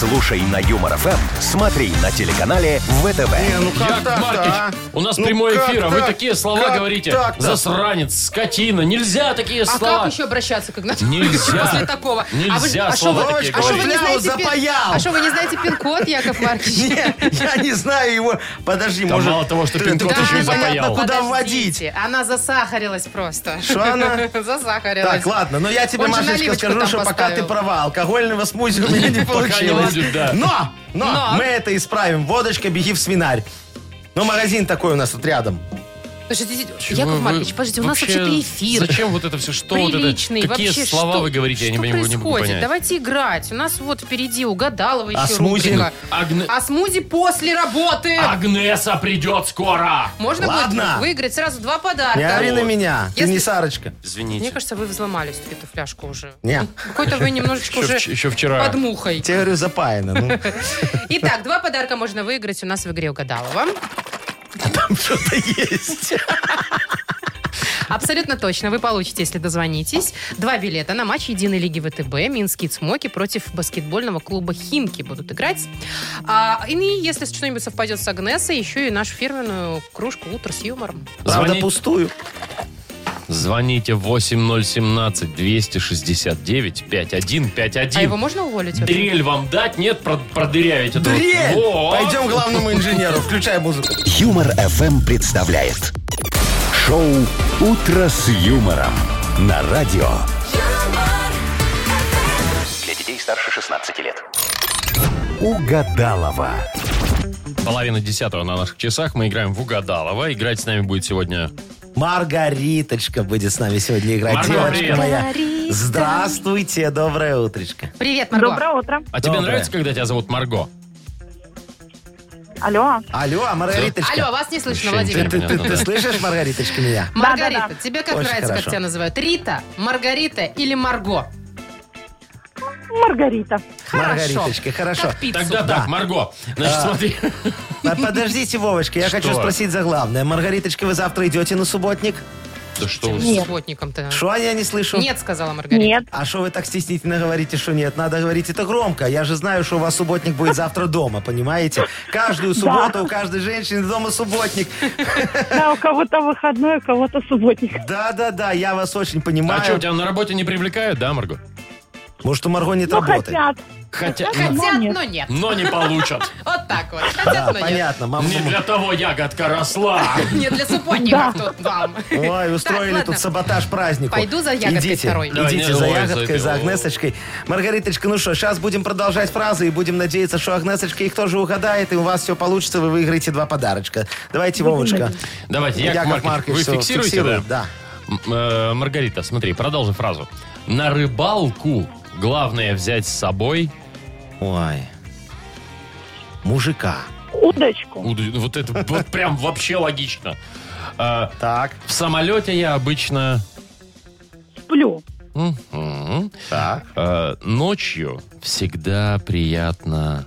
[SPEAKER 1] Слушай на Юмор ФМ, смотри на телеканале ВТВ.
[SPEAKER 4] Э,
[SPEAKER 3] А
[SPEAKER 2] Яков Маркович, у нас
[SPEAKER 4] Ну
[SPEAKER 2] прямой
[SPEAKER 4] как
[SPEAKER 2] эфир, а вы
[SPEAKER 4] так?
[SPEAKER 2] такие слова
[SPEAKER 4] Как
[SPEAKER 2] говорите.
[SPEAKER 4] так-то?
[SPEAKER 2] Засранец, скотина, нельзя такие
[SPEAKER 3] А
[SPEAKER 2] слова.
[SPEAKER 3] как еще обращаться к Игнату
[SPEAKER 2] Нельзя.
[SPEAKER 3] Ольговичу после такого? а вы,
[SPEAKER 2] Нельзя
[SPEAKER 3] а шо вы-
[SPEAKER 2] слова
[SPEAKER 3] а
[SPEAKER 2] такие
[SPEAKER 3] шо вы
[SPEAKER 4] говорить.
[SPEAKER 3] не знаете
[SPEAKER 4] Фляу
[SPEAKER 3] пин-
[SPEAKER 4] запаял.
[SPEAKER 3] А что вы не знаете пин-код, Яков Маркович?
[SPEAKER 4] Нет, я не знаю его. Подожди,
[SPEAKER 2] Да
[SPEAKER 4] может...
[SPEAKER 2] мало того, что
[SPEAKER 4] ты-
[SPEAKER 2] пин-код
[SPEAKER 4] тут
[SPEAKER 2] еще и
[SPEAKER 4] непонятно,
[SPEAKER 2] запаял.
[SPEAKER 4] куда вводить.
[SPEAKER 3] Подождите, Она засахарилась просто.
[SPEAKER 4] Что она?
[SPEAKER 3] Засахарилась.
[SPEAKER 4] Так, ладно, но я тебе,
[SPEAKER 3] Он же
[SPEAKER 4] Машечка,
[SPEAKER 3] наливочку
[SPEAKER 4] скажу,
[SPEAKER 3] там
[SPEAKER 4] что пока
[SPEAKER 3] поставил.
[SPEAKER 4] ты права, алкогольного смузи у меня не
[SPEAKER 2] Пока не
[SPEAKER 4] получилось.
[SPEAKER 2] будет, да.
[SPEAKER 4] Но, но,
[SPEAKER 3] Но.
[SPEAKER 4] мы это исправим. Водочка, беги в свинарь. Ну, магазин такой у нас тут рядом.
[SPEAKER 3] Подождите,
[SPEAKER 2] Чего
[SPEAKER 3] Яков
[SPEAKER 2] вы
[SPEAKER 3] Маркович, подождите, у нас вообще-то эфир.
[SPEAKER 2] Зачем вот это все? Что вот это?
[SPEAKER 3] приличный.
[SPEAKER 2] Какие
[SPEAKER 3] вообще,
[SPEAKER 2] слова
[SPEAKER 3] что,
[SPEAKER 2] вы говорите, я не,
[SPEAKER 3] что
[SPEAKER 2] понимаю, не могу
[SPEAKER 3] происходит?
[SPEAKER 2] понять.
[SPEAKER 3] Давайте играть. У нас вот впереди угадалова еще
[SPEAKER 4] А смузи?
[SPEAKER 3] рубрика.
[SPEAKER 2] Агне-
[SPEAKER 3] А смузи после работы.
[SPEAKER 2] Агнеса придет скоро!
[SPEAKER 3] Можно
[SPEAKER 4] Ладно.
[SPEAKER 3] будет выиграть сразу два подарка.
[SPEAKER 4] Не ори на меня. Ты
[SPEAKER 3] А Если-
[SPEAKER 4] не Сарочка.
[SPEAKER 2] Извините.
[SPEAKER 3] Мне кажется, вы взломали всё-таки эту фляжку уже. Ну,
[SPEAKER 4] Не.
[SPEAKER 3] Какой-то вы немножечко
[SPEAKER 2] Еще
[SPEAKER 3] уже
[SPEAKER 2] вч- еще вчера.
[SPEAKER 3] под мухой.
[SPEAKER 4] Тебе говорю, запаяно. Ну,
[SPEAKER 3] Итак, два подарка можно выиграть у нас в игре угадалова.
[SPEAKER 4] А там что-то есть.
[SPEAKER 3] Абсолютно точно. Вы получите, если дозвонитесь, два билета на матч Единой Лиги ВТБ. Минские цмоки против баскетбольного клуба «Химки» будут играть. А, и если что-нибудь совпадет с Агнесой, еще и нашу фирменную кружку «Утро с юмором».
[SPEAKER 4] Правда,
[SPEAKER 2] Звони-
[SPEAKER 4] пустую.
[SPEAKER 2] Звоните 8017-269-5151.
[SPEAKER 3] А его можно уволить? вообще?
[SPEAKER 2] Дрель вам дать? Нет, про- продырявить эту вот-
[SPEAKER 4] Дрель!
[SPEAKER 2] Во!
[SPEAKER 4] Пойдем к главному инженеру. Включай музыку.
[SPEAKER 1] Юмор FM представляет шоу Утро с юмором на радио.
[SPEAKER 6] Для детей старше 16 лет.
[SPEAKER 1] Угадалова.
[SPEAKER 2] Половина десятого на наших часах. Мы играем в Угадалова. Играть с нами будет сегодня...
[SPEAKER 4] Маргариточка будет с нами сегодня играть.
[SPEAKER 2] Марго,
[SPEAKER 4] Девочка
[SPEAKER 2] привет.
[SPEAKER 4] моя. Здравствуйте, доброе утречко.
[SPEAKER 3] Привет, Марго.
[SPEAKER 10] Доброе утро.
[SPEAKER 2] А тебе
[SPEAKER 4] Доброе.
[SPEAKER 2] нравится, когда тебя зовут Марго?
[SPEAKER 10] Алло.
[SPEAKER 4] Алло, а
[SPEAKER 3] Алло,
[SPEAKER 4] Маргариточка.
[SPEAKER 3] вас не слышно,
[SPEAKER 2] Вообще
[SPEAKER 4] Ты,
[SPEAKER 2] интересно.
[SPEAKER 3] Владимир.
[SPEAKER 4] ты- ты-
[SPEAKER 2] Понятно,
[SPEAKER 4] ты
[SPEAKER 2] да.
[SPEAKER 4] слышишь, Маргариточка, меня?
[SPEAKER 3] Маргарита,
[SPEAKER 10] Да-да-да.
[SPEAKER 3] тебе как
[SPEAKER 4] Очень
[SPEAKER 3] нравится,
[SPEAKER 4] хорошо.
[SPEAKER 3] как тебя называют? Рита, Маргарита или Марго?
[SPEAKER 10] Маргарита.
[SPEAKER 3] Хорошо.
[SPEAKER 4] Маргариточка, хорошо.
[SPEAKER 3] Как пиццу.
[SPEAKER 2] Тогда так, Марго. Значит, смотри.
[SPEAKER 4] А, Подождите, Вовочка, я
[SPEAKER 2] Что?
[SPEAKER 4] хочу спросить за главное. Маргариточка, вы завтра идете на субботник?
[SPEAKER 2] Да что вы...
[SPEAKER 3] С субботником-то.
[SPEAKER 4] Что я не слышу?
[SPEAKER 3] Нет, сказала Маргарита.
[SPEAKER 10] Нет.
[SPEAKER 4] А что вы так стеснительно говорите, что нет? Надо говорить это громко. Я же знаю, что у вас субботник будет завтра дома, понимаете? Каждую субботу у каждой женщины дома субботник.
[SPEAKER 10] Да, у кого-то выходной, у кого-то субботник.
[SPEAKER 4] Да-да-да, я вас очень
[SPEAKER 2] А что,
[SPEAKER 4] понимаю.
[SPEAKER 2] тебя на работе не привлекают, да, Марго?
[SPEAKER 4] Может, у Марго нет
[SPEAKER 10] Ну,
[SPEAKER 4] работы?
[SPEAKER 10] хотят.
[SPEAKER 3] Ну,
[SPEAKER 2] Хотя...
[SPEAKER 3] Хотят,
[SPEAKER 10] нет.
[SPEAKER 3] но нет.
[SPEAKER 2] Но не получат.
[SPEAKER 3] Вот так вот.
[SPEAKER 4] Да,
[SPEAKER 3] Хотят, но нет.
[SPEAKER 4] понятно. Мам,
[SPEAKER 2] Не для того ягодка росла.
[SPEAKER 3] Не для субботников тут вам.
[SPEAKER 4] Ой, устроили
[SPEAKER 3] ладно.
[SPEAKER 4] тут саботаж празднику.
[SPEAKER 3] Пойду за ягодкой
[SPEAKER 4] Идите,
[SPEAKER 3] второй.
[SPEAKER 2] Да,
[SPEAKER 4] Идите
[SPEAKER 2] не,
[SPEAKER 4] за
[SPEAKER 2] ой, за
[SPEAKER 4] ягодкой,
[SPEAKER 2] этой,
[SPEAKER 4] за
[SPEAKER 2] о.
[SPEAKER 4] Агнесочкой. Маргариточка, ну что, сейчас будем продолжать фразы и будем надеяться, что Агнесочка их тоже угадает, и у вас все получится, вы выиграете два подарочка. Давайте, Вовочка.
[SPEAKER 2] Давайте, Яков Маркович, вы
[SPEAKER 4] всё
[SPEAKER 2] фиксируете, да?
[SPEAKER 4] фиксирует, да?
[SPEAKER 2] М, э, Маргарита, смотри, продолжи фразу. На рыбалку главное взять с собой
[SPEAKER 4] Ой. Мужика.
[SPEAKER 10] Удочку.
[SPEAKER 2] уд- вот это вот прям вообще логично. Э,
[SPEAKER 4] Так.
[SPEAKER 2] В самолете я обычно
[SPEAKER 10] Сплю.
[SPEAKER 2] мгм,
[SPEAKER 4] Так.
[SPEAKER 2] э, ночью всегда приятно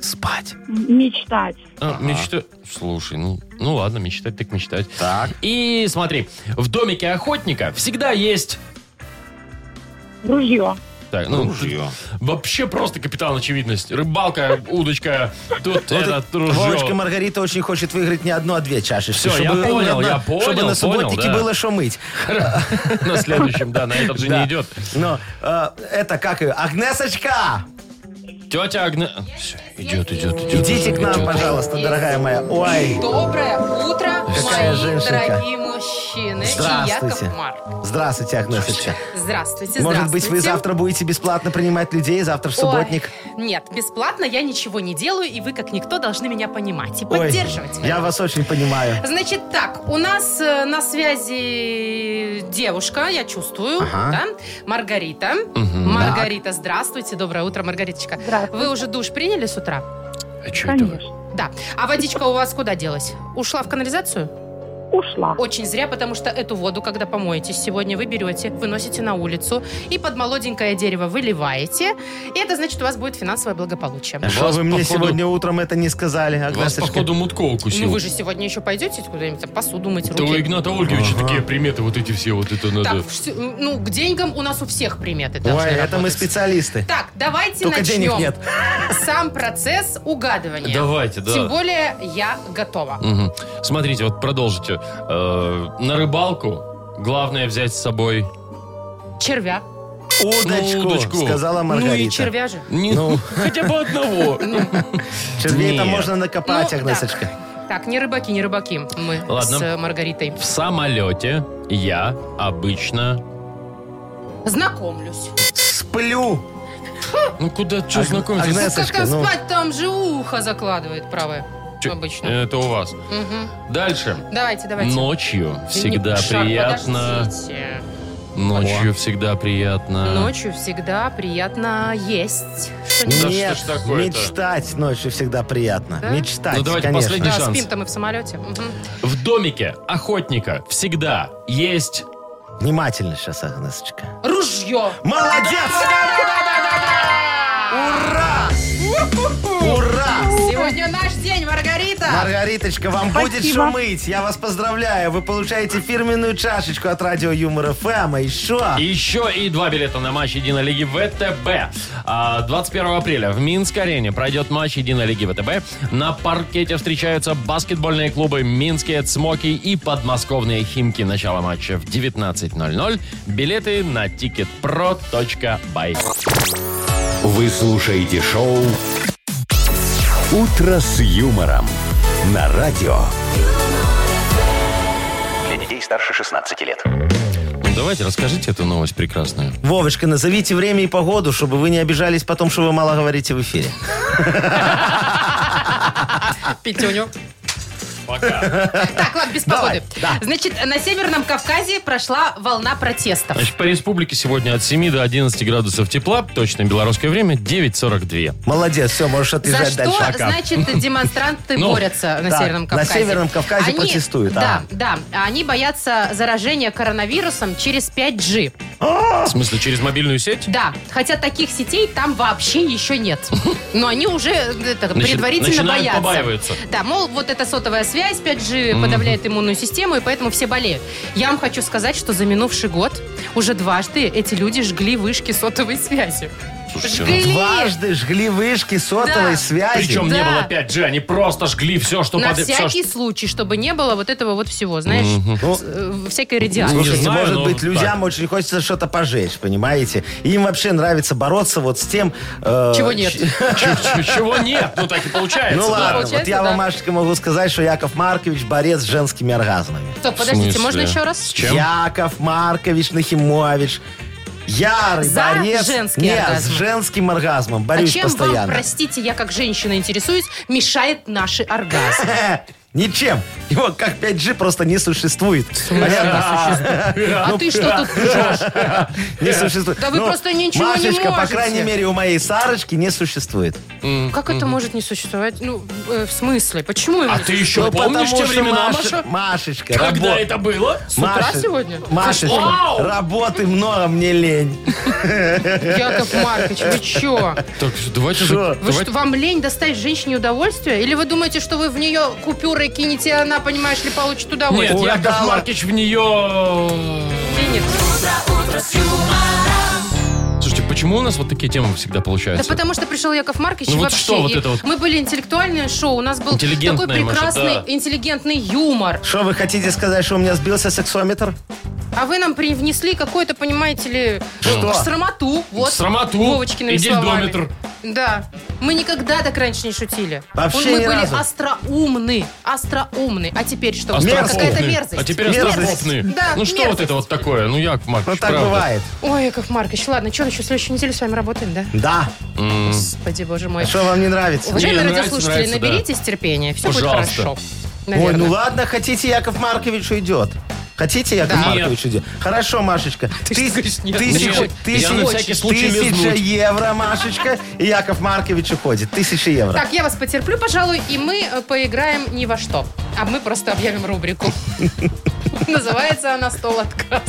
[SPEAKER 2] спать.
[SPEAKER 10] Мечтать.
[SPEAKER 2] А, мечта- Слушай, ну, ну ладно, мечтать так мечтать.
[SPEAKER 4] Так.
[SPEAKER 2] И смотри, в домике охотника всегда есть.
[SPEAKER 10] Ружье.
[SPEAKER 2] Так, ну, Вообще просто капитан очевидность. Рыбалка, удочка, тут этот
[SPEAKER 4] Вовочка
[SPEAKER 2] ружье.
[SPEAKER 4] Маргарита очень хочет выиграть не одну, а две чашечки.
[SPEAKER 2] Всё, я понял, я понял,
[SPEAKER 4] Чтобы на
[SPEAKER 2] понял,
[SPEAKER 4] субботнике
[SPEAKER 2] да.
[SPEAKER 4] было что мыть.
[SPEAKER 2] На следующем, да, на этот же
[SPEAKER 4] Да.
[SPEAKER 2] не идет.
[SPEAKER 4] Но э, это как ее? Агнесочка!
[SPEAKER 2] Тетя Агне... Все, идет, идет, идет.
[SPEAKER 4] Идите к нам,
[SPEAKER 2] идет.
[SPEAKER 4] пожалуйста, дорогая моя. Ой.
[SPEAKER 3] Доброе утро,
[SPEAKER 4] Какая
[SPEAKER 3] мои
[SPEAKER 4] женщинка.
[SPEAKER 3] дорогие мужчины. И Яков
[SPEAKER 4] Здравствуйте.
[SPEAKER 3] Марк.
[SPEAKER 4] Здравствуйте, Агнесочка.
[SPEAKER 3] Здравствуйте,
[SPEAKER 4] Может быть, вы
[SPEAKER 3] здравствуйте.
[SPEAKER 4] завтра будете бесплатно принимать людей, завтра в
[SPEAKER 3] Ой,
[SPEAKER 4] субботник.
[SPEAKER 3] нет, бесплатно я ничего не делаю, и вы, как никто, должны меня понимать и поддерживать.
[SPEAKER 4] Я вас очень понимаю.
[SPEAKER 3] Значит так, у нас э, на связи девушка, я чувствую,
[SPEAKER 4] Ага.
[SPEAKER 3] да? Маргарита. Маргарита, здравствуйте, доброе утро, Маргариточка.
[SPEAKER 10] Здравствуйте.
[SPEAKER 3] Вы уже душ приняли с утра?
[SPEAKER 2] А чё это вы?
[SPEAKER 10] Конечно.
[SPEAKER 3] Да. А водичка у вас куда делась? Ушла в канализацию?
[SPEAKER 10] Ушла.
[SPEAKER 3] Очень зря, потому что эту воду, когда помоетесь сегодня, вы берете, выносите на улицу и под молоденькое дерево выливаете. И это значит, у вас будет финансовое благополучие.
[SPEAKER 4] А Что
[SPEAKER 2] Вас,
[SPEAKER 4] вы мне
[SPEAKER 2] походу-
[SPEAKER 4] сегодня утром это не сказали,
[SPEAKER 2] Вас,
[SPEAKER 4] Агнесочка?
[SPEAKER 2] походу, Мутко укусил.
[SPEAKER 3] Ну вы же сегодня еще пойдете куда-нибудь там посуду мыть,
[SPEAKER 2] Да у
[SPEAKER 3] руки.
[SPEAKER 2] Игната Ольговича
[SPEAKER 4] Ага.
[SPEAKER 2] такие приметы, вот эти все, вот это надо.
[SPEAKER 3] Так, вс- ну, к деньгам у нас у всех приметы
[SPEAKER 4] Ой,
[SPEAKER 3] должны
[SPEAKER 4] это мы
[SPEAKER 3] работать.
[SPEAKER 4] специалисты.
[SPEAKER 3] Так, давайте
[SPEAKER 4] Только
[SPEAKER 3] начнем.
[SPEAKER 4] денег нет.
[SPEAKER 3] Сам процесс угадывания.
[SPEAKER 2] Давайте, да.
[SPEAKER 3] Тем более я готова.
[SPEAKER 2] Мгм. Смотрите, вот продолжите. Э, на рыбалку главное взять с собой...
[SPEAKER 3] Червя.
[SPEAKER 4] Удочку,
[SPEAKER 2] Ну, удочку.
[SPEAKER 4] сказала Маргарита.
[SPEAKER 3] Ну и червя же.
[SPEAKER 2] Не-
[SPEAKER 4] Ну.
[SPEAKER 2] Хотя бы одного.
[SPEAKER 4] Червей там
[SPEAKER 2] Нет.
[SPEAKER 4] можно накопать,
[SPEAKER 3] Ну,
[SPEAKER 4] Агнесочка.
[SPEAKER 3] Так, не рыбаки, не рыбаки. Мы
[SPEAKER 2] Ладно.
[SPEAKER 3] с э, Маргаритой.
[SPEAKER 2] В самолете я обычно...
[SPEAKER 3] Знакомлюсь.
[SPEAKER 4] Сплю.
[SPEAKER 2] Ну куда, что
[SPEAKER 4] Аг-
[SPEAKER 2] знакомиться?
[SPEAKER 4] Агнес-
[SPEAKER 3] Ну, как
[SPEAKER 4] Сашка,
[SPEAKER 3] там
[SPEAKER 4] ну.
[SPEAKER 3] спать? Там же ухо закладывает правое.
[SPEAKER 2] Тё-
[SPEAKER 3] обычно.
[SPEAKER 2] Это у вас.
[SPEAKER 3] Мгм.
[SPEAKER 2] Дальше.
[SPEAKER 3] Давайте, давайте.
[SPEAKER 2] Ночью
[SPEAKER 3] Да
[SPEAKER 2] всегда
[SPEAKER 3] не, Шар,
[SPEAKER 2] приятно. А.
[SPEAKER 3] подождите.
[SPEAKER 2] Ночью всегда приятно.
[SPEAKER 3] Ночью всегда приятно есть. Что-нибудь.
[SPEAKER 2] Да
[SPEAKER 4] Нет,
[SPEAKER 2] что ж такое-то?
[SPEAKER 4] мечтать ночью всегда приятно.
[SPEAKER 3] Да?
[SPEAKER 4] Мечтать,
[SPEAKER 2] Ну, давайте
[SPEAKER 4] конечно.
[SPEAKER 2] последний.
[SPEAKER 3] Да,
[SPEAKER 2] шанс.
[SPEAKER 3] спим-то мы в самолете. Мгм.
[SPEAKER 2] В домике охотника всегда есть...
[SPEAKER 4] Внимательно сейчас, Агнесочка.
[SPEAKER 3] Ружье.
[SPEAKER 4] Молодец! Ура! Ура!
[SPEAKER 3] Сегодня наш день, Маргарита.
[SPEAKER 4] Маргариточка, вам будет
[SPEAKER 9] Спасибо.
[SPEAKER 4] шумыть. Я вас поздравляю. Вы получаете фирменную чашечку от радио Юмор ФМ. А еще...
[SPEAKER 2] Еще и два билета на матч Единолиги ВТБ. А, 21 апреля в Минск-арене пройдет матч Единолиги ВТБ. На паркете встречаются баскетбольные клубы Минские Цмоки и подмосковные Химки. Начало матча в 19.00. Билеты на ticketpro.by.
[SPEAKER 1] Вы слушаете шоу «Утро с юмором» на радио.
[SPEAKER 6] Для детей старше 16 лет.
[SPEAKER 2] Давайте расскажите эту новость прекрасную.
[SPEAKER 4] Вовочка, назовите время и погоду, чтобы вы не обижались потом, что вы мало говорите в эфире.
[SPEAKER 3] Пятюню.
[SPEAKER 2] Пока.
[SPEAKER 3] Так, ладно, без
[SPEAKER 4] Давай,
[SPEAKER 3] погоды. Значит, на Северном Кавказе прошла волна протестов.
[SPEAKER 2] Значит, по республике сегодня от 7 до 11 градусов тепла. Точное белорусское время 9.42.
[SPEAKER 4] Молодец, все, можешь
[SPEAKER 3] За
[SPEAKER 4] отъезжать
[SPEAKER 3] что,
[SPEAKER 4] дальше.
[SPEAKER 3] значит, демонстранты
[SPEAKER 2] Ну,
[SPEAKER 3] борются на
[SPEAKER 4] так,
[SPEAKER 3] Северном
[SPEAKER 4] на
[SPEAKER 3] Кавказе?
[SPEAKER 4] Северном Кавказе
[SPEAKER 3] Они-
[SPEAKER 4] протестуют, а.
[SPEAKER 3] Да,
[SPEAKER 4] ага.
[SPEAKER 3] да. Они боятся заражения коронавирусом через 5G.
[SPEAKER 2] В смысле, через мобильную сеть?
[SPEAKER 3] Да, хотя таких сетей там вообще еще нет. Но они уже э, это,
[SPEAKER 2] Начи-
[SPEAKER 3] предварительно
[SPEAKER 2] начинают
[SPEAKER 3] боятся.
[SPEAKER 2] побаиваются.
[SPEAKER 3] Да, мол, вот эта сотовая связь 5G подавляет иммунную систему, и поэтому все болеют. Я вам хочу сказать, что за минувший год уже дважды эти люди жгли вышки сотовой связи.
[SPEAKER 2] Слушайте, ну
[SPEAKER 3] жгли!
[SPEAKER 4] Дважды жгли вышки сотовой
[SPEAKER 3] Да.
[SPEAKER 4] связи.
[SPEAKER 2] Причем не
[SPEAKER 3] Да.
[SPEAKER 2] было 5G, они просто жгли все, что
[SPEAKER 3] На
[SPEAKER 2] под... всё,
[SPEAKER 3] всякий
[SPEAKER 2] что- случай.
[SPEAKER 3] случай, чтобы не было вот этого вот всего, знаешь,
[SPEAKER 4] Ну,
[SPEAKER 3] э, всякой радиации.
[SPEAKER 4] Слушайте,
[SPEAKER 2] знаю,
[SPEAKER 4] может
[SPEAKER 2] но
[SPEAKER 4] быть, людям
[SPEAKER 2] так.
[SPEAKER 4] очень хочется что-то пожечь, понимаете? Им вообще нравится бороться вот с тем... э,
[SPEAKER 3] Чего нет.
[SPEAKER 2] Чего, нет? Ну так и получается.
[SPEAKER 4] Ну
[SPEAKER 2] да.
[SPEAKER 4] ладно, вот
[SPEAKER 3] Получается,
[SPEAKER 4] я вам,
[SPEAKER 3] да.
[SPEAKER 4] Машечка, могу сказать, что Яков Маркович борец с женскими оргазмами.
[SPEAKER 3] Стоп, подождите,
[SPEAKER 2] смысле?
[SPEAKER 3] можно еще раз?
[SPEAKER 2] Чем?
[SPEAKER 4] Яков Маркович Нахимович. Ярый
[SPEAKER 3] За
[SPEAKER 4] борец.
[SPEAKER 3] женский
[SPEAKER 4] Нет,
[SPEAKER 3] оргазм.
[SPEAKER 4] с женским оргазмом.
[SPEAKER 3] А
[SPEAKER 4] Борюсь
[SPEAKER 3] чем вам,
[SPEAKER 4] постоянно.
[SPEAKER 3] простите, я как женщина интересуюсь, мешает наши оргазмы?
[SPEAKER 4] Ничем. Его как 5G просто не существует. Понятно?
[SPEAKER 2] Ну,
[SPEAKER 3] А ты что тут пишешь?
[SPEAKER 4] Не существует.
[SPEAKER 3] Да вы
[SPEAKER 4] Ну,
[SPEAKER 3] просто ничего не
[SPEAKER 4] Машечка, по
[SPEAKER 3] можете.
[SPEAKER 4] крайней мере, у моей Сарочки не существует.
[SPEAKER 3] Как это может не существовать? Ну, э, в смысле? Почему? его
[SPEAKER 2] А
[SPEAKER 3] не
[SPEAKER 2] ты
[SPEAKER 3] существует?
[SPEAKER 2] еще
[SPEAKER 4] Ну,
[SPEAKER 2] помнишь
[SPEAKER 4] потому
[SPEAKER 2] те
[SPEAKER 4] что
[SPEAKER 2] времена,
[SPEAKER 4] Маш-
[SPEAKER 2] Маша?
[SPEAKER 4] Машечка,
[SPEAKER 2] Когда
[SPEAKER 4] работа.
[SPEAKER 2] это было?
[SPEAKER 3] утра сегодня?
[SPEAKER 4] Машечка,
[SPEAKER 2] Вау!
[SPEAKER 4] работы много, мне лень.
[SPEAKER 3] Яков Маркович, вы чё?
[SPEAKER 2] Так, давайте
[SPEAKER 4] Что?
[SPEAKER 3] Вы что, вам лень доставить женщине удовольствие? Или вы думаете, что вы в нее купюры кинете, и она, понимаешь ли, получит удовольствие?
[SPEAKER 2] Нет,
[SPEAKER 4] Ой,
[SPEAKER 2] Яков
[SPEAKER 4] да ладно.
[SPEAKER 2] Маркич в нее...
[SPEAKER 3] Или нет?
[SPEAKER 2] Слушайте, почему у нас вот такие темы всегда
[SPEAKER 3] Да
[SPEAKER 2] получаются?
[SPEAKER 3] потому что пришел Яков Маркович
[SPEAKER 2] Ну
[SPEAKER 3] и
[SPEAKER 2] вот
[SPEAKER 3] вообще.
[SPEAKER 2] что вот
[SPEAKER 3] и
[SPEAKER 2] это вот?
[SPEAKER 3] Мы были интеллектуальное шоу, у нас был
[SPEAKER 2] Интеллигентное,
[SPEAKER 3] такой прекрасный,
[SPEAKER 2] Маша, да.
[SPEAKER 3] интеллигентный юмор.
[SPEAKER 4] Что, вы хотите сказать, что у меня сбился сексометр?
[SPEAKER 3] А вы нам привнесли какой-то, понимаете ли,
[SPEAKER 4] Что?
[SPEAKER 3] срамоту. Вот,
[SPEAKER 2] Срамоту
[SPEAKER 3] Вовочкиными
[SPEAKER 2] и
[SPEAKER 3] словами.
[SPEAKER 2] дельдометр.
[SPEAKER 3] Да. Мы никогда так раньше не шутили.
[SPEAKER 4] Вообще
[SPEAKER 3] Мы
[SPEAKER 4] ни
[SPEAKER 3] были
[SPEAKER 4] разу.
[SPEAKER 3] остроумны. Остроумны. А теперь что?
[SPEAKER 2] Остроумный.
[SPEAKER 3] Какая-то мерзость.
[SPEAKER 2] А теперь
[SPEAKER 4] Мерзость.
[SPEAKER 2] остроумный.
[SPEAKER 3] Да,
[SPEAKER 2] ну что вот
[SPEAKER 3] мерзость.
[SPEAKER 2] это вот такое? Ну, Яков Маркович,
[SPEAKER 4] Ну так
[SPEAKER 2] правда.
[SPEAKER 4] бывает.
[SPEAKER 3] Ой, Яков Маркович, ладно, что, еще следующую неделю с вами работаем, да?
[SPEAKER 4] Да.
[SPEAKER 3] Господи, боже мой.
[SPEAKER 4] А Что вам не нравится?
[SPEAKER 3] Уважаемые
[SPEAKER 2] Не, нравится,
[SPEAKER 3] радиослушатели,
[SPEAKER 2] нравится, да.
[SPEAKER 3] наберитесь терпения, все
[SPEAKER 2] Пожалуйста.
[SPEAKER 3] будет хорошо.
[SPEAKER 4] Ой,
[SPEAKER 3] Наверное.
[SPEAKER 4] ну ладно, хотите, Яков Маркович уйдет. Хотите, Яков
[SPEAKER 3] Да.
[SPEAKER 4] Маркович уйдет? Хорошо, Машечка.
[SPEAKER 3] Ты
[SPEAKER 4] Тыс-
[SPEAKER 3] что говоришь, нет?
[SPEAKER 4] тысяча-
[SPEAKER 2] Нет, я
[SPEAKER 4] тысяча-
[SPEAKER 2] на всякий случай
[SPEAKER 4] Тысяча
[SPEAKER 2] лизнуть.
[SPEAKER 4] евро, Машечка, и Яков Маркович уходит. Тысяча евро.
[SPEAKER 3] Так, я вас потерплю, пожалуй, и мы э, поиграем ни во что. А мы просто объявим рубрику. Называется она «Стол отказ».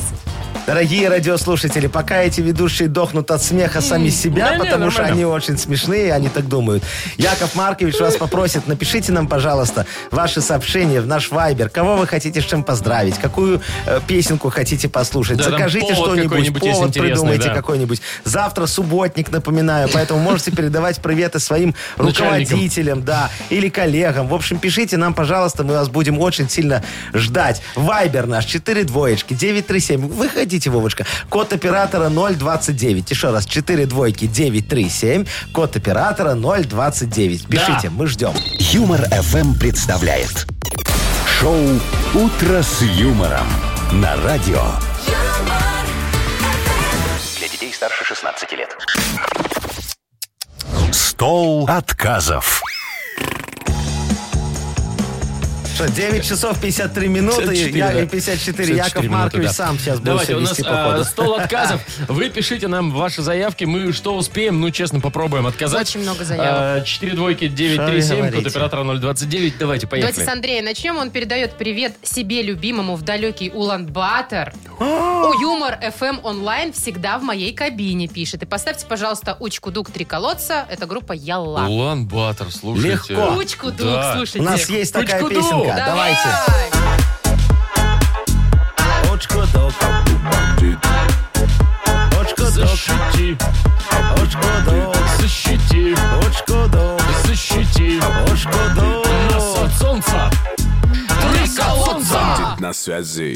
[SPEAKER 4] Дорогие радиослушатели, пока эти ведущие дохнут от смеха сами себя,
[SPEAKER 2] Да не,
[SPEAKER 4] потому что
[SPEAKER 2] нормально.
[SPEAKER 4] они очень смешные, они так думают. Яков Маркович вас попросит, напишите нам, пожалуйста, ваши сообщения в наш Вайбер. Кого вы хотите с чем поздравить? Какую э, песенку хотите послушать?
[SPEAKER 2] Да, там
[SPEAKER 4] Закажите
[SPEAKER 2] повод
[SPEAKER 4] что-нибудь,
[SPEAKER 2] какой-нибудь есть
[SPEAKER 4] повод
[SPEAKER 2] интересный,
[SPEAKER 4] придумайте
[SPEAKER 2] да.
[SPEAKER 4] какой-нибудь. Завтра субботник, напоминаю, поэтому можете передавать приветы своим
[SPEAKER 2] Начальникам.
[SPEAKER 4] руководителям, да, или коллегам. В общем, пишите нам, пожалуйста, мы вас будем очень сильно ждать. Вайбер наш 4 двоечки 937. Выходите, Вовочка. Код оператора 029. Еще раз, 4 двойки 937. Код оператора 029. Пишите, мы ждем.
[SPEAKER 1] Юмор FM представляет шоу Утро с юмором на радио.
[SPEAKER 6] Для детей старше 16 лет.
[SPEAKER 1] Стол отказов.
[SPEAKER 4] Что, 9 часов 53 минуты,
[SPEAKER 2] 54,
[SPEAKER 4] я,
[SPEAKER 2] да.
[SPEAKER 4] и 54.
[SPEAKER 2] 54
[SPEAKER 4] Яков
[SPEAKER 2] минуты,
[SPEAKER 4] Маркович
[SPEAKER 2] да.
[SPEAKER 4] сам сейчас будет
[SPEAKER 2] Давайте,
[SPEAKER 4] все
[SPEAKER 2] у нас
[SPEAKER 4] вести по
[SPEAKER 2] а,
[SPEAKER 4] ходу.
[SPEAKER 2] стол отказов. Вы пишите нам ваши заявки. Мы что успеем, ну, честно, попробуем отказать.
[SPEAKER 3] Очень много заявок.
[SPEAKER 2] А, Четыре двойки,
[SPEAKER 4] Что вы
[SPEAKER 2] 937, код
[SPEAKER 4] говорите?
[SPEAKER 2] оператора 029. Давайте,
[SPEAKER 3] Давайте с
[SPEAKER 2] поехали.
[SPEAKER 3] Андрея начнем. Он передает привет себе любимому в далекий Улан-Батор. У Юмор FM онлайн всегда в моей кабине пишет. И поставьте, пожалуйста, Учку Дук Три колодца. Это группа Ялла.
[SPEAKER 2] Улан Батор, слушайте.
[SPEAKER 4] Легко.
[SPEAKER 3] Учку Дук,
[SPEAKER 2] Да.
[SPEAKER 3] слушайте.
[SPEAKER 4] У нас есть такая
[SPEAKER 2] Кучку-ду.
[SPEAKER 4] песенка.
[SPEAKER 3] Давай.
[SPEAKER 4] Давайте. Очко-док, очко-док,
[SPEAKER 2] Защити,
[SPEAKER 4] очко-док,
[SPEAKER 2] защити,
[SPEAKER 4] очко-док,
[SPEAKER 2] защити.
[SPEAKER 4] очко-док.
[SPEAKER 2] Нас от солнца. Три колодца.
[SPEAKER 7] На связи.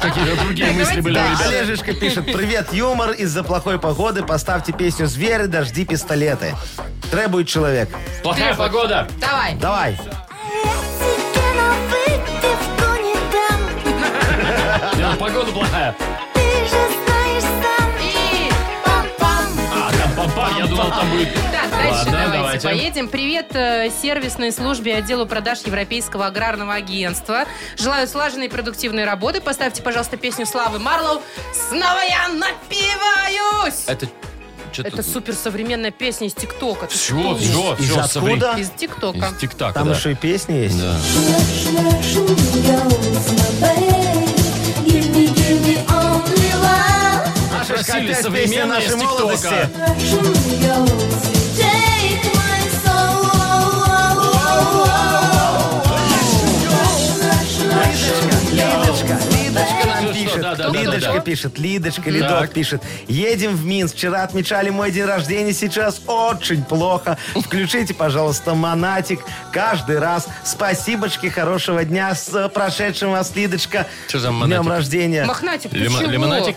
[SPEAKER 2] Какие-то другие мысли были у
[SPEAKER 4] Да,
[SPEAKER 2] ребят.
[SPEAKER 4] Олежечка пишет, привет, юмор, из-за плохой погоды поставьте песню «Звери, дожди, пистолеты». Требует человек.
[SPEAKER 2] Плохая погода.
[SPEAKER 3] Давай.
[SPEAKER 4] Давай.
[SPEAKER 2] Да, Погода плохая.
[SPEAKER 3] И пам-пам.
[SPEAKER 2] А, там пам-пам, я думал, там будет.
[SPEAKER 3] Так, дальше
[SPEAKER 2] Ладно,
[SPEAKER 3] давайте,
[SPEAKER 2] давайте.
[SPEAKER 3] поедем. Привет э, сервисной службе и отделу продаж Европейского аграрного агентства. Желаю слаженной и продуктивной работы. Поставьте, пожалуйста, песню Славы Марлоу «Снова я напиваюсь».
[SPEAKER 2] Это что-то...
[SPEAKER 3] Это суперсовременная песня из ТикТока. Ты
[SPEAKER 2] Все,
[SPEAKER 3] что?
[SPEAKER 2] все,
[SPEAKER 4] Из
[SPEAKER 2] все,
[SPEAKER 4] откуда?
[SPEAKER 3] Из ТикТока.
[SPEAKER 2] Из тик-така,
[SPEAKER 4] Там
[SPEAKER 2] да.
[SPEAKER 4] еще и песни есть.
[SPEAKER 2] Да.
[SPEAKER 4] Машечка,
[SPEAKER 2] Просили
[SPEAKER 4] опять песня
[SPEAKER 2] современные из
[SPEAKER 4] нашей
[SPEAKER 2] ТикТока.
[SPEAKER 4] молодости. Лидочка, Лидочка нам
[SPEAKER 2] Ну что,
[SPEAKER 4] пишет.
[SPEAKER 2] да, да, да,
[SPEAKER 4] Лидочка
[SPEAKER 2] да.
[SPEAKER 4] пишет, Лидочка, Лидок
[SPEAKER 2] Так.
[SPEAKER 4] пишет. Едем в Минск. Вчера отмечали мой день рождения, сейчас очень плохо. Включите, пожалуйста, Монатик каждый раз. Спасибочки, хорошего дня. С прошедшим вас, Лидочка.
[SPEAKER 2] Что за «Монатик»?
[SPEAKER 4] Днем рождения.
[SPEAKER 3] Мохнатик, ты
[SPEAKER 2] Лима-
[SPEAKER 3] чего?
[SPEAKER 2] лимонатик?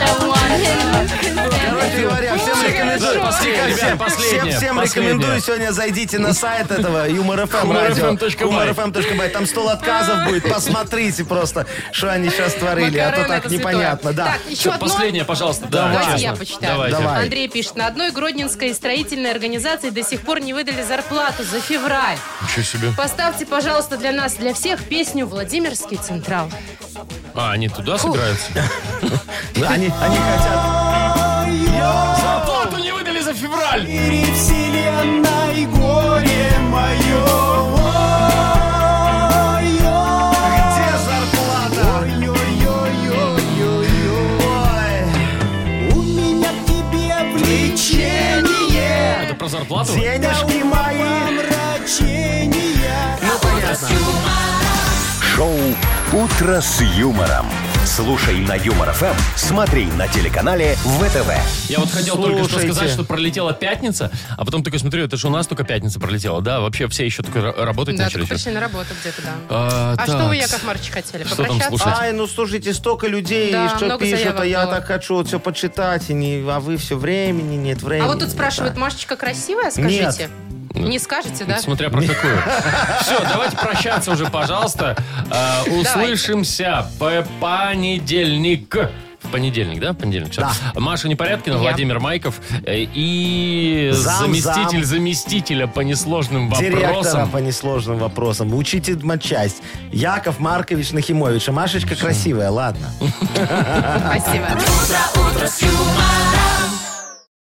[SPEAKER 11] don't want him.
[SPEAKER 4] Короче говоря, всем рекомендую.
[SPEAKER 2] Да,
[SPEAKER 4] Всем-
[SPEAKER 2] последнее, ну, ребята,
[SPEAKER 4] всем-
[SPEAKER 2] последнее,
[SPEAKER 4] Всем
[SPEAKER 2] последнее.
[SPEAKER 4] рекомендую сегодня зайдите на сайт этого юмор.фм радио.
[SPEAKER 2] humorfm.by.
[SPEAKER 4] humorfm.by. Там стол отказов будет. Посмотрите просто, что они сейчас творили. А то
[SPEAKER 3] Макарена
[SPEAKER 4] так
[SPEAKER 3] это святое.
[SPEAKER 4] непонятно. Да.
[SPEAKER 3] Так, еще одно.
[SPEAKER 2] Последнее, пожалуйста. да,
[SPEAKER 3] Давайте
[SPEAKER 2] честно.
[SPEAKER 3] я почитаю.
[SPEAKER 2] Давайте.
[SPEAKER 4] Давай.
[SPEAKER 3] Андрей пишет, на одной гродненской строительной организации до сих пор не выдали зарплату за февраль.
[SPEAKER 2] Ничего себе.
[SPEAKER 3] Поставьте, пожалуйста, для нас, для всех песню «Владимирский Централ».
[SPEAKER 2] А, они туда собираются?
[SPEAKER 4] Они, они хотят.
[SPEAKER 2] Зарплату не А, выдали за февраль.
[SPEAKER 7] вселенной горе мое. Где зарплата? Ой-ой-ой-ой-ой. У меня к тебе влечение.
[SPEAKER 2] Это про зарплату?
[SPEAKER 4] Денежки мои.
[SPEAKER 7] Помрачение.
[SPEAKER 4] Ну, понятно.
[SPEAKER 1] Шоу «Утро с юмором». Слушай на Юмор ФМ, смотри на телеканале ВТВ.
[SPEAKER 2] Я вот хотел только что
[SPEAKER 4] Слушайте.
[SPEAKER 2] сказать, что пролетела пятница, а потом такой смотрю, это же у нас только пятница пролетела. Да, вообще все еще только ра- работать
[SPEAKER 3] Да,
[SPEAKER 2] начали.
[SPEAKER 3] только
[SPEAKER 2] сейчас.
[SPEAKER 3] пришли на работу где-то, да.
[SPEAKER 2] А,
[SPEAKER 3] А, что вы,
[SPEAKER 2] так.
[SPEAKER 3] Яков Маркович, хотели?
[SPEAKER 2] Что там
[SPEAKER 3] Попрощаться?
[SPEAKER 2] слушать?
[SPEAKER 4] Ай, ну слушайте, столько людей,
[SPEAKER 3] Да,
[SPEAKER 4] что
[SPEAKER 3] много
[SPEAKER 4] пишут,
[SPEAKER 3] заявок
[SPEAKER 4] а я
[SPEAKER 3] было.
[SPEAKER 4] так хочу вот все почитать, и не, а вы все времени, нет времени.
[SPEAKER 3] А вот тут спрашивают,
[SPEAKER 4] Да.
[SPEAKER 3] Машечка красивая, скажите? Не скажете, да?
[SPEAKER 2] Смотря про какую. Все, давайте прощаться уже, пожалуйста. А, Услышимся по понедельник. В понедельник, да? В понедельник. всё. Маша Непорядкина,
[SPEAKER 3] Я.
[SPEAKER 2] Владимир Майков э, и
[SPEAKER 4] Зам,
[SPEAKER 2] заместитель
[SPEAKER 4] зам.
[SPEAKER 2] заместителя по несложным
[SPEAKER 4] Директора
[SPEAKER 2] вопросам.
[SPEAKER 4] по несложным вопросам. Учите матчасть. Яков Маркович Нахимович. А Машечка красивая, ладно.
[SPEAKER 3] Спасибо.
[SPEAKER 11] Утро, утро с юмором.